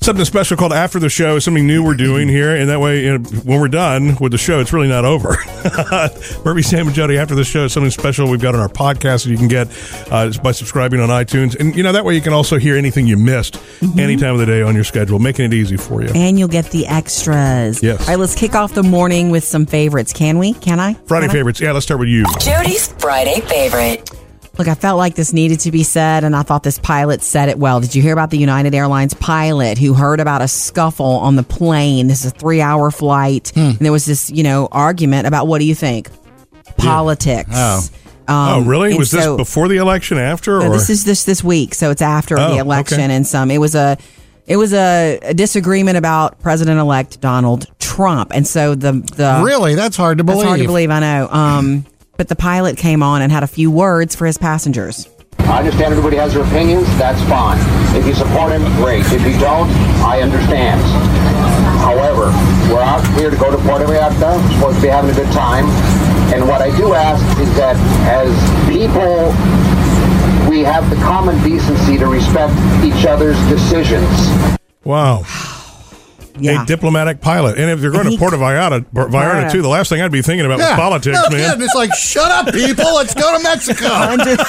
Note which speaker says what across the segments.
Speaker 1: something special called After the Show, something new we're doing here. And that way, you know, when we're done with the show, it's really not over. Murphy, Sam, and Jody, after the show, is something special we've got on our podcast that you can get uh, just by subscribing on iTunes. And, you know, that way you can also hear anything you missed
Speaker 2: Mm-hmm.
Speaker 1: any time of the day on your schedule, making it easy for you.
Speaker 2: And you'll get the extras.
Speaker 1: Yes.
Speaker 2: All right, let's kick off the morning with some favorites. Can we? Can I?
Speaker 1: Friday
Speaker 2: Can I?
Speaker 1: favorites. Yeah, let's start with you.
Speaker 3: Jody's Friday favorite.
Speaker 2: Look, I felt like this needed to be said, and I thought this pilot said it well. Did you hear about the United Airlines pilot who heard about a scuffle on the plane? This is a three hour flight.
Speaker 1: Hmm.
Speaker 2: And there was this, you know, argument about what do you think? Politics.
Speaker 4: Oh.
Speaker 2: Um,
Speaker 1: oh, really?
Speaker 2: and
Speaker 1: Was this
Speaker 2: so-
Speaker 1: before the election, after?
Speaker 2: No,
Speaker 1: or?
Speaker 2: this is this this week, so it's after
Speaker 1: Oh,
Speaker 2: the election
Speaker 1: okay.
Speaker 2: and some. It was a it was a, a disagreement about President elect Donald Trump, and so the the
Speaker 4: Really? That's hard to believe.
Speaker 2: that's hard to believe. I know. Um, but the pilot came on and had a few words for his passengers.
Speaker 5: I understand everybody has their opinions. That's fine. If you support him, great. If you don't, I understand. However, we're out here to go to Puerto Vallarta. We're supposed to be having a good time. And what I do ask is that as people, we have the common decency to respect each other's decisions.
Speaker 1: Wow.
Speaker 2: Yeah.
Speaker 1: A diplomatic pilot. And if you're going
Speaker 2: And
Speaker 1: to
Speaker 2: he-
Speaker 1: Puerto Vallarta, Vallarta,
Speaker 2: Vallarta.
Speaker 1: too, the last thing I'd be thinking about
Speaker 4: Yeah.
Speaker 1: was politics,
Speaker 4: No
Speaker 1: man.
Speaker 4: kidding. It's like, shut up, people. Let's go to Mexico.
Speaker 2: Hundreds,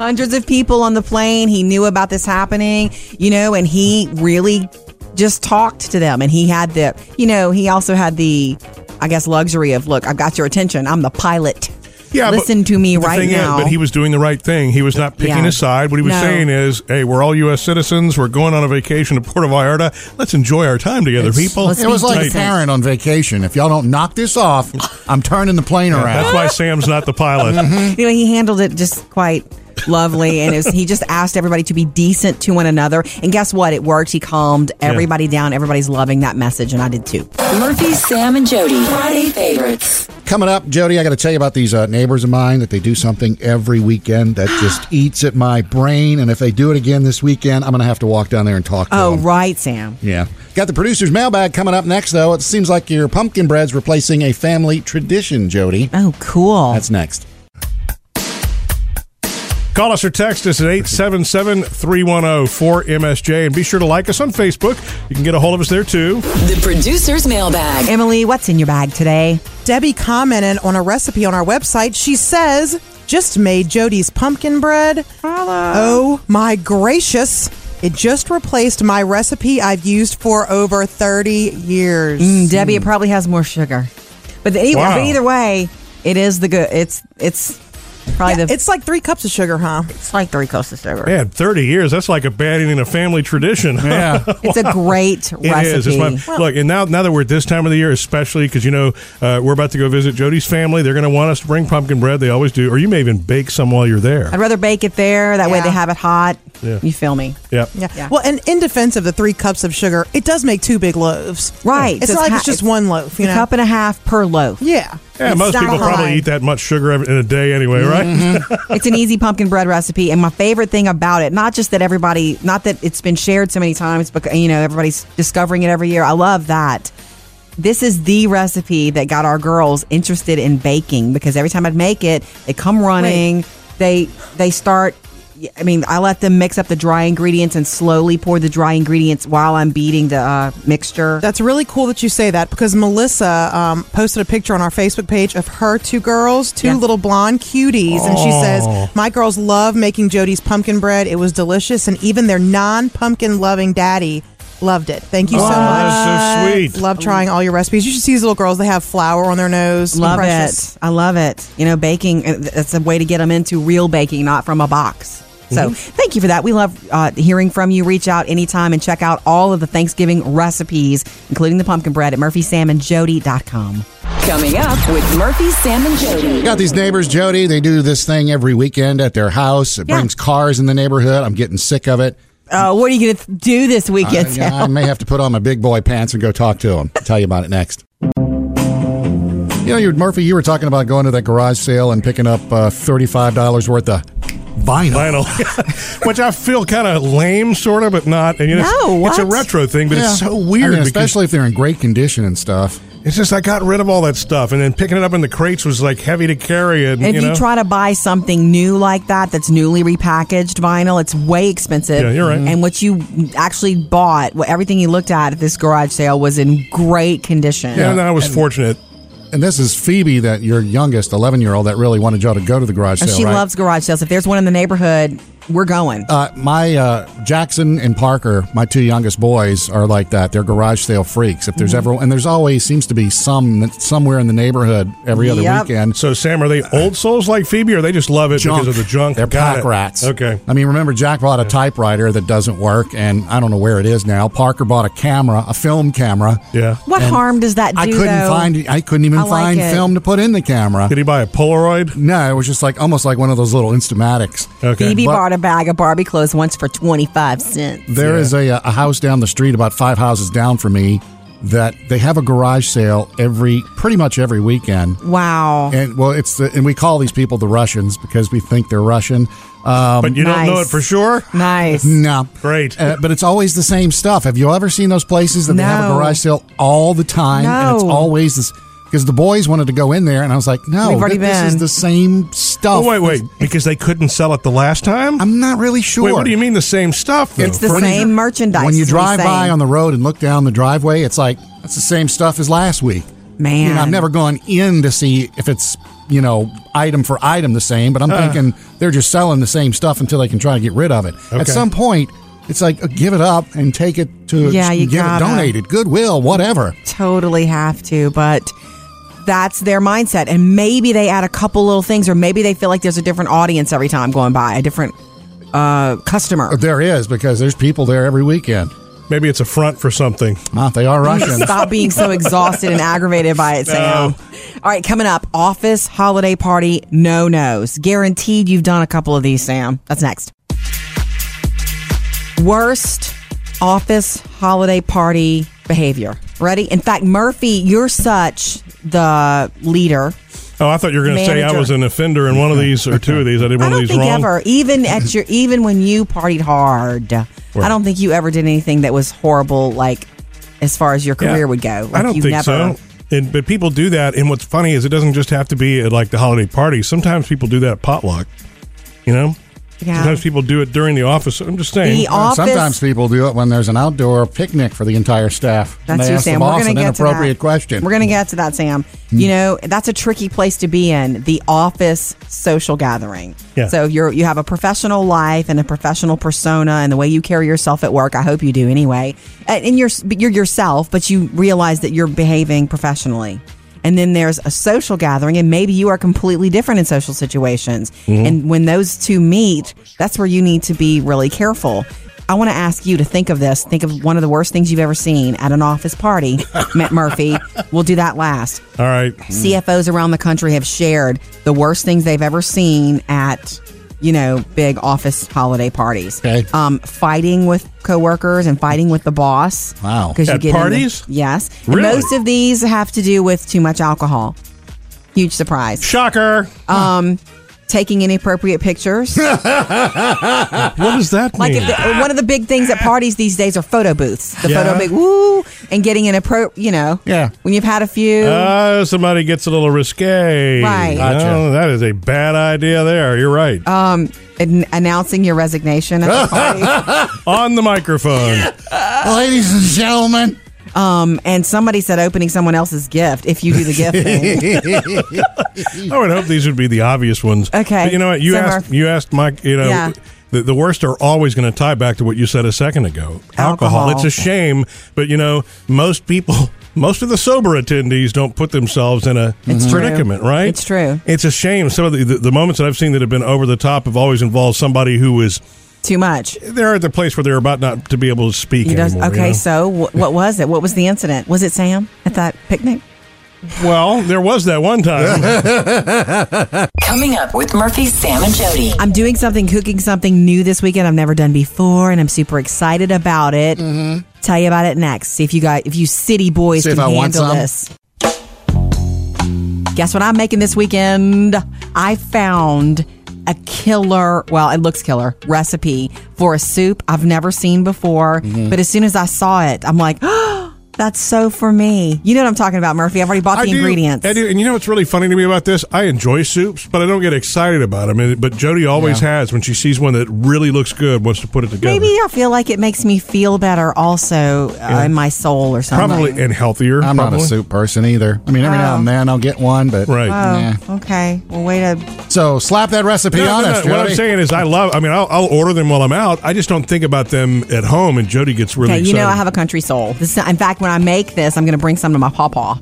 Speaker 2: hundreds of people on the plane. He knew about this happening, you know, and he really just talked to them. And he had the, you know, he also had the, I guess, luxury of look, I've got your attention. I'm the pilot.
Speaker 1: but
Speaker 2: listen to me
Speaker 1: the
Speaker 2: right
Speaker 1: thing is-
Speaker 2: now.
Speaker 1: but he was doing the right thing. He was not picking
Speaker 2: Yeah.
Speaker 1: a side. What he was
Speaker 2: No.
Speaker 1: saying is, "Hey, we're all U.S. citizens. We're going on a vacation to Puerto Vallarta. Let's enjoy our time together, people."
Speaker 2: let's
Speaker 4: It was
Speaker 2: be
Speaker 4: like
Speaker 2: decent.
Speaker 4: a parent on vacation. If y'all don't knock this off, I'm turning the plane
Speaker 1: Yeah,
Speaker 4: around.
Speaker 1: That's why Sam's not the pilot.
Speaker 2: you know, he handled it just quite lovely. And it was, he just asked everybody to be decent to one another. And guess what? It worked. He calmed everybody down. Everybody's loving that message. And I did too.
Speaker 3: Murphy, Sam, and Jody. Friday favorites.
Speaker 4: Coming up, Jody, I got to tell you about these uh, neighbors of mine that they do something every weekend that just eats at my brain. And if they do it again this weekend, I'm going to have to walk down there and talk to
Speaker 2: Oh,
Speaker 4: them.
Speaker 2: right, Sam.
Speaker 4: Yeah. Got the producer's mailbag coming up next, though. It seems like your pumpkin bread's replacing a family tradition, Jody.
Speaker 2: Oh, cool.
Speaker 4: That's next.
Speaker 1: Call us or text us at oh, 877-310-4MSJ. And be sure to like us on Facebook. You can get a hold of us there, too.
Speaker 3: The producer's mailbag.
Speaker 2: Emily, what's in your bag today?
Speaker 6: Debbie commented on a recipe on our website. She says, just made Jody's pumpkin bread. Oh my gracious. It just replaced my recipe I've used for over 30 years.
Speaker 2: Mm, Debbie, it probably has more sugar. But, the, anyway,
Speaker 1: Wow.
Speaker 2: but either way, it is the good. It's, it's probably the.
Speaker 6: It's like three cups of sugar, huh?
Speaker 2: it's like three cups of sugar.
Speaker 1: Man, 30 years. That's like a batting in a family tradition.
Speaker 4: Yeah.
Speaker 2: It's a great
Speaker 1: It
Speaker 2: recipe.
Speaker 1: is. It's my, look, and now now that we're at this time of the year, especially because you know uh, we're about to go visit Jody's family, they're going to want us to bring pumpkin bread. They always do, or you may even bake some while you're there.
Speaker 2: I'd rather bake it there. That way
Speaker 6: Yeah.
Speaker 2: they have it hot.
Speaker 1: Yeah.
Speaker 2: You feel me?
Speaker 1: Yep.
Speaker 6: Yeah.
Speaker 2: Yeah.
Speaker 6: Well, and in defense of the three cups of sugar, it does make two big loaves.
Speaker 2: Right.
Speaker 6: It's
Speaker 2: So
Speaker 6: not like
Speaker 2: ha-
Speaker 6: it's just one loaf, you
Speaker 2: a
Speaker 6: know?
Speaker 2: cup and a half per loaf.
Speaker 6: yeah.
Speaker 1: Yeah,
Speaker 2: It's
Speaker 1: most
Speaker 2: not Mm-hmm.
Speaker 1: people probably
Speaker 2: high.
Speaker 1: eat that much sugar every- in a day anyway, right?
Speaker 2: It's an easy pumpkin bread recipe, and my favorite thing about it, not just that everybody, not that it's been shared so many times, but you know everybody's discovering it every year. I love that. This is the recipe that got our girls interested in baking because every time I'd make it, they come running. They they start. I mean, I let them mix up the dry ingredients and slowly pour the dry ingredients while I'm beating the uh, mixture.
Speaker 6: That's really cool that you say that because Melissa um, posted a picture on our Facebook page of her two girls, two
Speaker 2: Yeah. Oh.
Speaker 6: little blonde cuties, and she says, "My girls love making Jody's pumpkin bread. It was delicious, and even their non-pumpkin loving daddy." Loved it. Thank you so
Speaker 1: Oh, that's so
Speaker 6: much.
Speaker 1: sweet.
Speaker 6: Love trying all your recipes. You should see these little girls. They have flour on their nose.
Speaker 2: love
Speaker 6: Precious.
Speaker 2: it. I love it. You know, baking, uh, that's a way to get them into real baking, not from a box. So thank you for that. We love uh, hearing from you. Reach out anytime and check out all of the Thanksgiving recipes, including the pumpkin bread at murphysamandjody.com.
Speaker 3: Coming up with Murphy, Sam, and Jody.
Speaker 4: Got these neighbors, Jody. They do this thing every weekend at their house. It
Speaker 2: Yeah.
Speaker 4: brings cars in the neighborhood. I'm getting sick of it.
Speaker 2: Uh, what are you going to do this weekend,
Speaker 4: I, I may have to put on my big boy pants and go talk to him. I'll tell you about it next. You know, you, Murphy, you were talking about going to that garage sale and picking up uh, $35 worth of vinyl.
Speaker 1: Vinyl, which I feel kind of lame, sort of, but not. And, you know, it's-
Speaker 2: No,
Speaker 1: it's, a
Speaker 2: what?
Speaker 1: retro thing, but
Speaker 4: Yeah.
Speaker 1: it's so
Speaker 4: I
Speaker 1: weird.
Speaker 4: mean,
Speaker 1: because-
Speaker 4: especially if they're in great condition and stuff.
Speaker 1: It's just I got rid of all that stuff, and then picking it up in the crates was like heavy to carry. And
Speaker 2: If
Speaker 1: you,
Speaker 2: you,
Speaker 1: know,
Speaker 2: try to buy something new like that, that's newly repackaged vinyl, it's way expensive.
Speaker 1: Yeah, you're right.
Speaker 2: And what you actually bought, what everything you looked at at this garage sale was in great condition.
Speaker 1: and I was fortunate.
Speaker 4: And this is Phoebe, that your youngest 11 year old, that really wanted y'all to go to the garage
Speaker 2: And
Speaker 4: sale.
Speaker 2: she
Speaker 4: right?
Speaker 2: loves garage sales. If there's one in the neighborhood, we're going.
Speaker 4: Uh, my uh, Jackson and Parker, my two youngest boys, are like that. They're garage sale freaks. If
Speaker 2: Mm-hmm.
Speaker 4: there's ever, and there's always seems to be some somewhere in the neighborhood every other
Speaker 2: Yep.
Speaker 4: weekend.
Speaker 1: So Sam, are they old souls like Phoebe, or they just love it because of the junk?
Speaker 4: They're
Speaker 1: Got
Speaker 4: pack
Speaker 1: it.
Speaker 4: rats.
Speaker 1: Okay.
Speaker 4: I mean, remember Jack bought a typewriter that doesn't work, and I don't know where it is now. Parker bought a camera, a film camera.
Speaker 1: Yeah.
Speaker 2: what harm does that do?
Speaker 4: I couldn't
Speaker 2: though?
Speaker 4: find. I couldn't even
Speaker 2: I like
Speaker 4: find
Speaker 2: it.
Speaker 4: film to put in the camera.
Speaker 1: Did he buy a Polaroid?
Speaker 4: No, it was just like almost like one of those little Instamatics.
Speaker 1: Okay.
Speaker 2: Phoebe
Speaker 4: but-
Speaker 2: bought a bag of Barbie clothes once for twenty five cents.
Speaker 4: There is a, a house down the street, about five houses down from me, that they have a garage sale every pretty much every weekend.
Speaker 2: Wow.
Speaker 4: And well, it's the, and we call these people the Russians because we think they're Russian. Um,
Speaker 1: but you don't know
Speaker 2: nice.
Speaker 1: it for sure.
Speaker 2: Nice.
Speaker 4: no,
Speaker 1: Great.
Speaker 4: Uh, but it's always the same stuff. Have you ever seen those places that they have a
Speaker 2: No.
Speaker 4: garage sale all the time? And it's
Speaker 2: No.
Speaker 4: always this because the boys wanted to go in there, and I was like, no,
Speaker 2: We've already
Speaker 4: thi- this is
Speaker 2: been.
Speaker 4: the same stuff.
Speaker 1: Oh wait, wait, because they couldn't sell it the last time.
Speaker 4: I'm not really sure.
Speaker 1: Wait, what do you mean the same stuff? Though?
Speaker 2: It's the same merchandise.
Speaker 4: When you
Speaker 2: is what
Speaker 4: drive
Speaker 2: he's
Speaker 4: by
Speaker 2: saying.
Speaker 4: on the road and look down the driveway, it's like it's the same stuff as last week.
Speaker 2: man,
Speaker 4: You know, I've never gone in to see if it's you know item for item the same, but I'm
Speaker 2: Uh.
Speaker 4: thinking they're just selling the same stuff until they can try to get rid of it. At
Speaker 1: Okay.
Speaker 4: some point, it's like uh, give it up and take it to
Speaker 2: Yeah, you
Speaker 4: give it
Speaker 2: gotta.
Speaker 4: donated Goodwill, whatever.
Speaker 2: totally have to, but that's their mindset. And maybe they add a couple little things, or maybe they feel like there's a different audience every time going by, a different uh, customer.
Speaker 4: There is because there's people there every weekend.
Speaker 1: Maybe it's a front for something.
Speaker 4: Ah, they are Russians.
Speaker 2: Stop being so exhausted and aggravated by it, Sam. All right, coming up office holiday party no nos. Guaranteed you've done a couple of these, Sam. That's next. Worst office holiday party behavior. Ready? In fact, Murphy, you're such the leader.
Speaker 1: Oh, I thought you were going to say I
Speaker 2: Manager.
Speaker 1: was an offender in one of these or two of these. I did
Speaker 2: I
Speaker 1: one of
Speaker 2: don't
Speaker 1: these
Speaker 2: think
Speaker 1: wrong.
Speaker 2: ever, even at your, even when you partied hard, I don't think you ever did anything that was horrible. Like as far as your
Speaker 1: Yeah.
Speaker 2: career would go, like
Speaker 1: I don't
Speaker 2: you
Speaker 1: think
Speaker 2: never,
Speaker 1: so. And, but people do that, and what's funny is it doesn't just have to be at like the holiday party. Sometimes people do that at potluck. You know,
Speaker 2: Yeah.
Speaker 1: sometimes people do it during the office. I'm just saying.
Speaker 2: The office.
Speaker 4: Sometimes people do it when there's an outdoor picnic for the entire staff. and
Speaker 2: That's
Speaker 4: they
Speaker 2: you,
Speaker 4: ask the
Speaker 2: Sam. We're
Speaker 4: boss
Speaker 2: going to
Speaker 4: an
Speaker 2: get to
Speaker 4: inappropriate
Speaker 2: that.
Speaker 4: question. Hmm.
Speaker 2: We're going to get to that, Sam. You know, that's a tricky place to be in the office social gathering.
Speaker 1: Yeah.
Speaker 2: So you're you have a professional life and a professional persona, and the way you carry yourself at work. I hope you do anyway. Uh, And, and you're you're yourself, but you realize that you're behaving professionally. And then there's a social gathering, and maybe you are completely different in social situations. And when those two meet, that's where you need to be really careful. I want to ask you to think of this. Think of one of the worst things you've ever seen at an office party, Matt Murphy. We'll do that last.
Speaker 1: All right,
Speaker 4: Mm.
Speaker 2: CFOs around the country have shared the worst things they've ever seen at, you know, big office holiday parties.
Speaker 4: Okay.
Speaker 2: Um, fighting with coworkers and fighting with the boss.
Speaker 4: Wow.
Speaker 2: 'Cause you
Speaker 1: At
Speaker 2: get in the-
Speaker 1: parties?
Speaker 2: yes. And
Speaker 1: Really?
Speaker 2: most of these have to do with too much alcohol. Huge surprise Um,
Speaker 1: shocker.
Speaker 2: Uh, taking inappropriate pictures. like
Speaker 1: what does that mean?
Speaker 2: if the, one of the big things at parties these days are photo booths. The
Speaker 1: Yeah.
Speaker 2: photo booth, woo, and getting inappropri you know.
Speaker 4: Yeah.
Speaker 2: When you've had a few.
Speaker 1: Oh, somebody gets a little risque.
Speaker 2: Right. Uh,
Speaker 4: Gotcha.
Speaker 1: No, that is a bad idea. There, you're right.
Speaker 2: an- announcing your resignation at the party.
Speaker 1: On the microphone.
Speaker 4: Ladies and gentlemen.
Speaker 2: um, and somebody said opening someone else's gift if you do the gift thing.
Speaker 1: I would hope these would be the obvious ones.
Speaker 2: Okay.
Speaker 1: But you know what? You
Speaker 2: Some
Speaker 1: asked.
Speaker 2: are-
Speaker 1: You asked Mike. You know,
Speaker 2: Yeah.
Speaker 1: the, the worst are always going to tie back to what you said a second ago.
Speaker 2: Alcohol.
Speaker 1: It's a shame, but you know, most people. Most of the sober attendees don't put themselves in a
Speaker 2: It's true.
Speaker 1: predicament, right?
Speaker 2: It's true.
Speaker 1: It's a shame. Some of the, the, the moments that I've seen that have been over the top have always involved somebody who was
Speaker 2: Too much.
Speaker 1: they're at the place where they're about not to be able to speak
Speaker 2: You does,
Speaker 1: anymore. you
Speaker 2: okay,
Speaker 1: know?
Speaker 2: so wh- what was it? What was the incident? Was it Sam at that picnic?
Speaker 1: well, there was that one time.
Speaker 3: Coming up with Murphy, Sam, and Jody.
Speaker 2: I'm doing something, cooking something new this weekend I've never done before, and I'm super excited about it. Tell you about it next. See if you got if you city boys
Speaker 4: Mm-hmm. See if
Speaker 2: can
Speaker 4: I want
Speaker 2: handle
Speaker 4: some.
Speaker 2: this. Guess what I'm making this weekend? I found a killer, well, it looks killer
Speaker 4: Mm-hmm.
Speaker 2: recipe for a soup I've never seen before. But as soon as I saw it, I'm like, That's so for me. You know what I'm talking about, Murphy. I've already bought the
Speaker 1: do-
Speaker 2: ingredients.
Speaker 1: I do, and you know what's really funny to me about this? I enjoy soups, but I don't get excited about them. And- But Jody always
Speaker 4: Yeah.
Speaker 1: has when she sees one that really looks good, wants to put it together.
Speaker 2: Maybe I feel like it makes me feel better also uh, in my soul or something.
Speaker 1: probably and healthier.
Speaker 4: I'm
Speaker 1: probably.
Speaker 4: not a soup person either. I mean, every now
Speaker 2: Oh.
Speaker 4: and then I'll get one, but
Speaker 1: Right.
Speaker 4: nah.
Speaker 2: Okay. Well, wait a.
Speaker 4: So slap that recipe
Speaker 1: No, no,
Speaker 4: on
Speaker 1: no.
Speaker 4: us,
Speaker 1: What I'm
Speaker 4: Jody.
Speaker 1: saying is, I love. I mean, I'll, I'll order them while I'm out. I just don't think about them at home, and Jody gets really.
Speaker 2: Okay, you
Speaker 1: excited.
Speaker 2: know I have a country soul. This, in fact, when I make this, I'm going to bring some to my pawpaw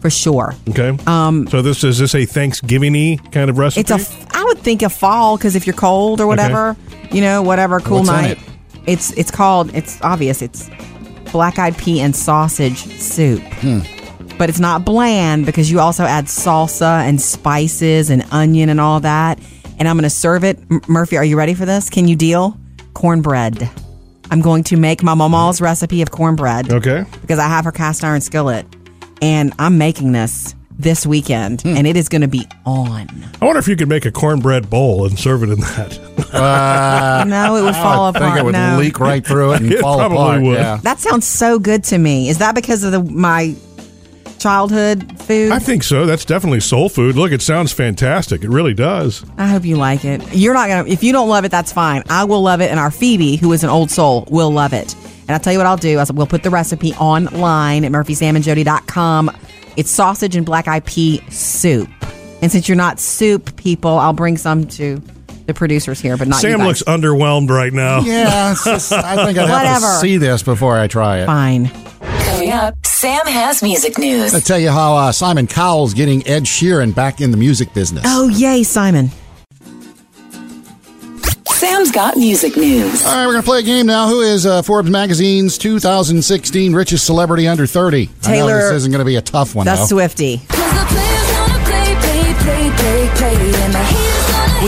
Speaker 2: for sure.
Speaker 1: Okay. Um. So this is this a Thanksgiving-y kind of recipe?
Speaker 2: It's a. f- I would think a fall because if you're cold or whatever, you know, whatever cool
Speaker 4: What's on
Speaker 2: night.
Speaker 4: it?
Speaker 2: It's it's called. It's obvious. It's black eyed pea and sausage soup.
Speaker 4: Hmm.
Speaker 2: But it's not bland because you also add salsa and spices and onion and all that. And I'm going to serve it. M- Murphy, are you ready for this? Can you deal? Cornbread. I'm going to make my mama's recipe of cornbread
Speaker 1: okay.
Speaker 2: because I have her cast iron skillet. And I'm making this this weekend
Speaker 4: Hmm.
Speaker 2: and it is going to be on.
Speaker 1: I wonder if you could make a cornbread bowl and serve it in that.
Speaker 2: No, it would fall
Speaker 4: I
Speaker 2: apart.
Speaker 4: think it would
Speaker 2: no.
Speaker 4: leak right through it and
Speaker 1: It
Speaker 4: fall
Speaker 1: probably
Speaker 4: apart.
Speaker 1: would.
Speaker 4: Yeah.
Speaker 2: That sounds so good to me. Is that because of the, my childhood food?
Speaker 1: I
Speaker 2: I,
Speaker 1: think so. That's definitely soul food. Look, it sounds fantastic. It really does.
Speaker 2: hope you like it. You're not gonna. If you don't love it, that's fine. I will love it, and our Phoebe, who is an old soul, will love it. And I'll tell you what I'll do. I will put the recipe online at murphysamandjody.com. It's sausage and black eyed pea soup. And since you're not soup people, I'll bring some to the producers here, but not you
Speaker 1: Sam
Speaker 2: guys.
Speaker 1: looks underwhelmed right now.
Speaker 4: Yeah, it's just- I think I'd have to
Speaker 2: Whatever.
Speaker 4: see this before I try it.
Speaker 2: fine.
Speaker 3: Coming up, Sam has music
Speaker 4: I
Speaker 3: news.
Speaker 4: tell you how uh, Simon Cowell's getting Ed Sheeran back in the music business.
Speaker 2: Oh yay, Simon.
Speaker 3: Sam's got music news.
Speaker 4: All right, we're going to play a game now. Who is uh, Forbes magazine's 2016 richest celebrity under 30? I know
Speaker 2: Taylor-
Speaker 4: this isn't going to be a tough one.
Speaker 2: The
Speaker 4: though.
Speaker 2: Swifty. When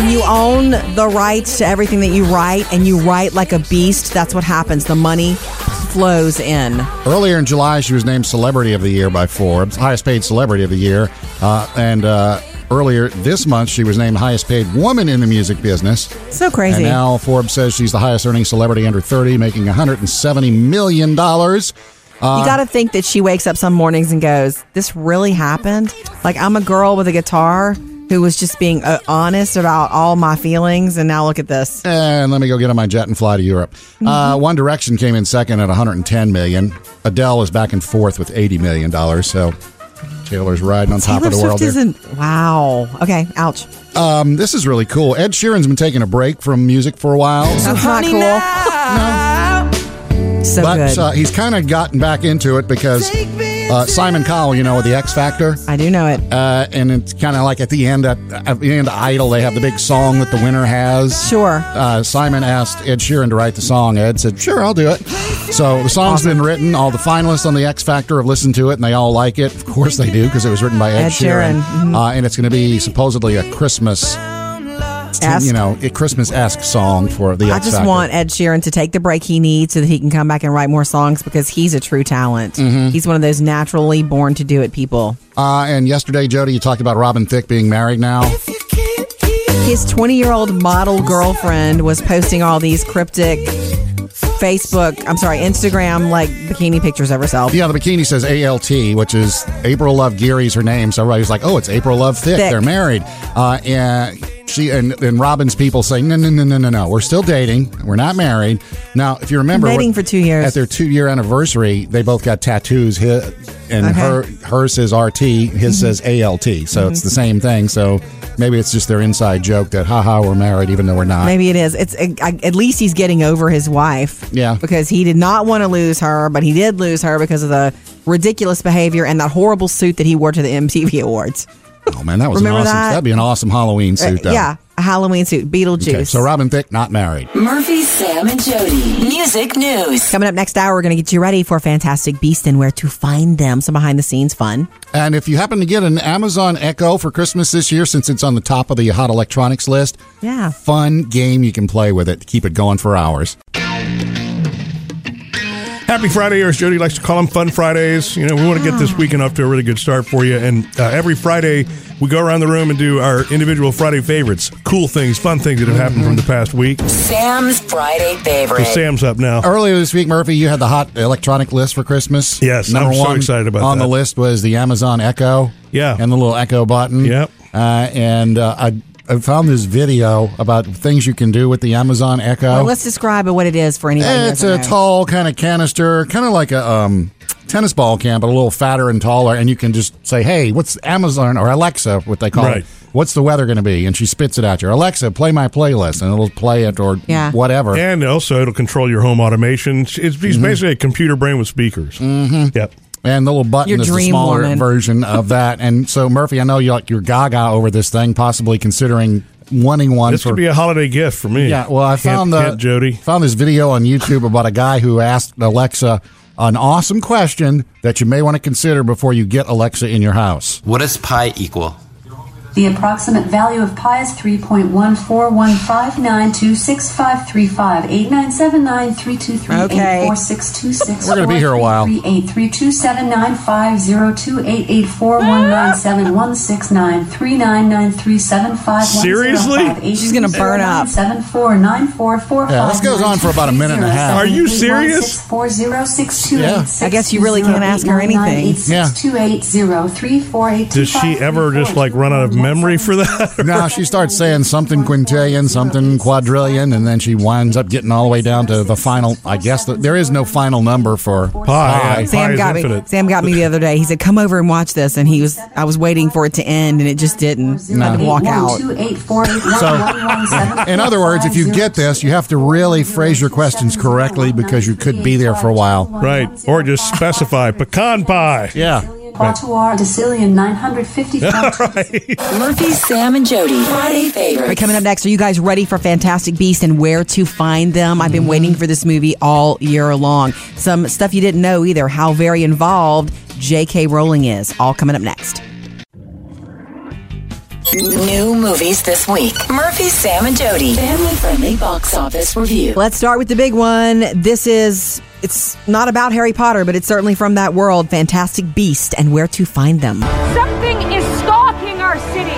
Speaker 7: When
Speaker 2: you own the rights to everything that you write and you write like a beast, that's what happens. The money flows in.
Speaker 4: Earlier in July, she was named Celebrity of the Year by Forbes, highest paid celebrity of the year. Uh, and uh, earlier this month, she was named highest paid woman in the music business.
Speaker 2: So crazy.
Speaker 4: And now Forbes says she's the highest earning celebrity under 30, making $170 million. uh,
Speaker 2: you got to think that she wakes up some mornings and goes, This really happened? Like, I'm a girl with a guitar who was just being uh, honest about all my feelings, and now look at this.
Speaker 4: And let me go get on my jet and fly to Europe.
Speaker 2: Mm-hmm.
Speaker 4: Uh, One Direction came in second at $110 million. Adele is back and forth with $80 million. So Taylor's riding on top
Speaker 2: Taylor
Speaker 4: of the world
Speaker 2: Swift
Speaker 4: here.
Speaker 2: isn't. Wow. Okay, ouch.
Speaker 4: Um, this is really cool. Ed Sheeran's been taking a break from music for a while.
Speaker 2: That's not cool. So
Speaker 4: but
Speaker 2: good.
Speaker 4: uh, he's kind of gotten back into it because uh, Simon Cowell, you know, with the X Factor,
Speaker 2: I do know it.
Speaker 4: uh, and it's kind of like at the end at, at the end of Idol, they have the big song that the winner has.
Speaker 2: Sure.
Speaker 4: Uh, Simon asked Ed Sheeran to write the song. Ed said, "Sure, I'll do it." So the song's been written. All the finalists on the X Factor have listened to it, and they all like it. Of course, they do because it was written by Ed,
Speaker 2: Ed Sheeran. Mhm.
Speaker 4: Uh, and it's going to be supposedly a Christmas,
Speaker 2: Ask-
Speaker 4: you know, a Christmas-esque song for the X
Speaker 2: I
Speaker 4: Factor.
Speaker 2: just want Ed Sheeran to take the break he needs so that he can come back and write more songs because he's a true talent.
Speaker 4: Mm-hmm.
Speaker 2: He's one of those naturally born to do it people.
Speaker 4: Uh, and yesterday, Jody, you talked about Robin Thicke being married now.
Speaker 2: His 20 year old model girlfriend was posting all these cryptic Facebook, I'm sorry, Instagram like bikini pictures of herself.
Speaker 4: Yeah, the bikini says ALT, which is April Love Geary's her name. So everybody's like, oh, it's April Love Thick.
Speaker 2: Thicke.
Speaker 4: They're married. Uh, and she and, and Robin's people say, no, no, no, no, no, no. We're still dating. We're not married. Now, if you remember,
Speaker 2: Dating for two years.
Speaker 4: At their two year anniversary, they both got tattoos. His, and
Speaker 2: Okay. Mm-hmm.
Speaker 4: her hers says RT, his says ALT. So it's the same thing. So maybe it's just their inside joke that, haha, we're married, even though we're not.
Speaker 2: Maybe it is. It's I, at least he's getting over his wife.
Speaker 4: Yeah.
Speaker 2: because he did not want to lose her, but he did lose her because of the ridiculous behavior and that horrible suit that he wore to the MTV Awards.
Speaker 4: Oh, man, that was an
Speaker 2: Remember
Speaker 4: awesome.
Speaker 2: that? Uh,
Speaker 4: That'd be an awesome Halloween suit, though.
Speaker 2: Yeah, a Halloween suit, Beetlejuice.
Speaker 4: Okay, so Robin Thicke, not married.
Speaker 3: Murphy, Sam, and Jody. Music news.
Speaker 2: Coming up next hour, we're going to get you ready for Fantastic Beast and where to find them. Some behind the scenes fun.
Speaker 4: And if you happen to get an Amazon Echo for Christmas this year, since it's on the top of the hot electronics list,
Speaker 2: Yeah.
Speaker 4: fun game you can play with it to keep it going for hours.
Speaker 1: Happy Friday, or as Jody likes to call them, Fun Fridays. You know, we want to get this weekend off to a really good start for you. And uh, every Friday, we go around the room and do our individual Friday favorites, cool things, fun things that have happened from the
Speaker 4: Mm-hmm.
Speaker 1: past week.
Speaker 3: Sam's Friday favorite.
Speaker 1: Because Sam's up now.
Speaker 4: Earlier this week, Murphy, you had the hot electronic list for Christmas.
Speaker 1: Yes,
Speaker 4: number
Speaker 1: I'm so
Speaker 4: one
Speaker 1: excited about
Speaker 4: on
Speaker 1: that.
Speaker 4: the list was the Amazon Echo.
Speaker 1: Yeah.
Speaker 4: and the little Echo button.
Speaker 1: Yep.
Speaker 4: Uh, and uh, I, I found this video about things you can do with the Amazon Echo.
Speaker 2: Well, let's describe what it is for anybody. who
Speaker 4: Eh, It's a
Speaker 2: doesn't know.
Speaker 4: tall kind of canister, kind of like a um, tennis ball can, but a little fatter and taller. And you can just say, "Hey, what's Amazon or Alexa? What they call
Speaker 1: Right.
Speaker 4: it? What's the weather going to be?" And she spits it out you. Alexa, play my playlist, and it'll play it or
Speaker 2: Yeah.
Speaker 4: whatever.
Speaker 1: And also, it'll control your home automation. It's, it's
Speaker 4: Mm-hmm.
Speaker 1: basically a computer brain with speakers. Mm-hmm. Yep.
Speaker 4: And the little button
Speaker 2: Your
Speaker 4: is the
Speaker 2: dream
Speaker 4: smaller
Speaker 2: woman.
Speaker 4: version of that. And so, Murphy, I know you're, like, you're gaga over this thing, possibly considering wanting one
Speaker 1: This
Speaker 4: for
Speaker 1: could be a holiday gift for me.
Speaker 4: Yeah, well, I
Speaker 1: Can't-
Speaker 4: found the
Speaker 1: can't, Jody.
Speaker 4: found this video on YouTube about a guy who asked Alexa an awesome question that you may want to consider before you get Alexa in your house.
Speaker 7: What does pi equal?
Speaker 8: The approximate value of pi is 3.14159265358979323846264.
Speaker 2: Okay.
Speaker 4: We're gonna be here a while.
Speaker 8: 383279502884197169399375105105809749445.
Speaker 1: Seriously?
Speaker 2: She's gonna burn up.
Speaker 4: Yeah, this goes on for about a minute and a half.
Speaker 1: Are you serious?
Speaker 2: I guess you really can't ask her anything.
Speaker 4: Yeah.
Speaker 8: Does
Speaker 1: Does she ever just like run out of memory for that?
Speaker 4: Now she starts saying something quintillion, something quadrillion, and then she winds up getting all the way down to the final. I guess the, there is no final number for
Speaker 1: Pi.
Speaker 4: pi.
Speaker 1: Pie
Speaker 2: Sam
Speaker 1: is
Speaker 2: got me.
Speaker 1: infinite.
Speaker 2: Sam got me the other day. He said, "Come over and watch this," and he was. I was waiting for it to end, and it just didn't. I had to walk out.
Speaker 8: So,
Speaker 4: In other words, if you get this, you have to really phrase your questions correctly because you could be there for a while.
Speaker 1: right. Or just specify pecan pie.
Speaker 4: Yeah.
Speaker 8: Quatuor Decillion 955.
Speaker 3: Murphy, Sam, and Jody. Friday favorite.
Speaker 2: All right, coming up next, are you guys ready for Fantastic Beasts and where to find them? I've been waiting for this movie all year long. Some stuff you didn't know either, how very involved J.K. Rowling is. All coming up next.
Speaker 3: New movies this week. Murphy, Sam, and Jody. Family friendly box office review.
Speaker 2: Let's start with the big one. This is, it's not about Harry Potter, but it's certainly from that world Fantastic Beast and where to find them.
Speaker 9: Something is stalking our city,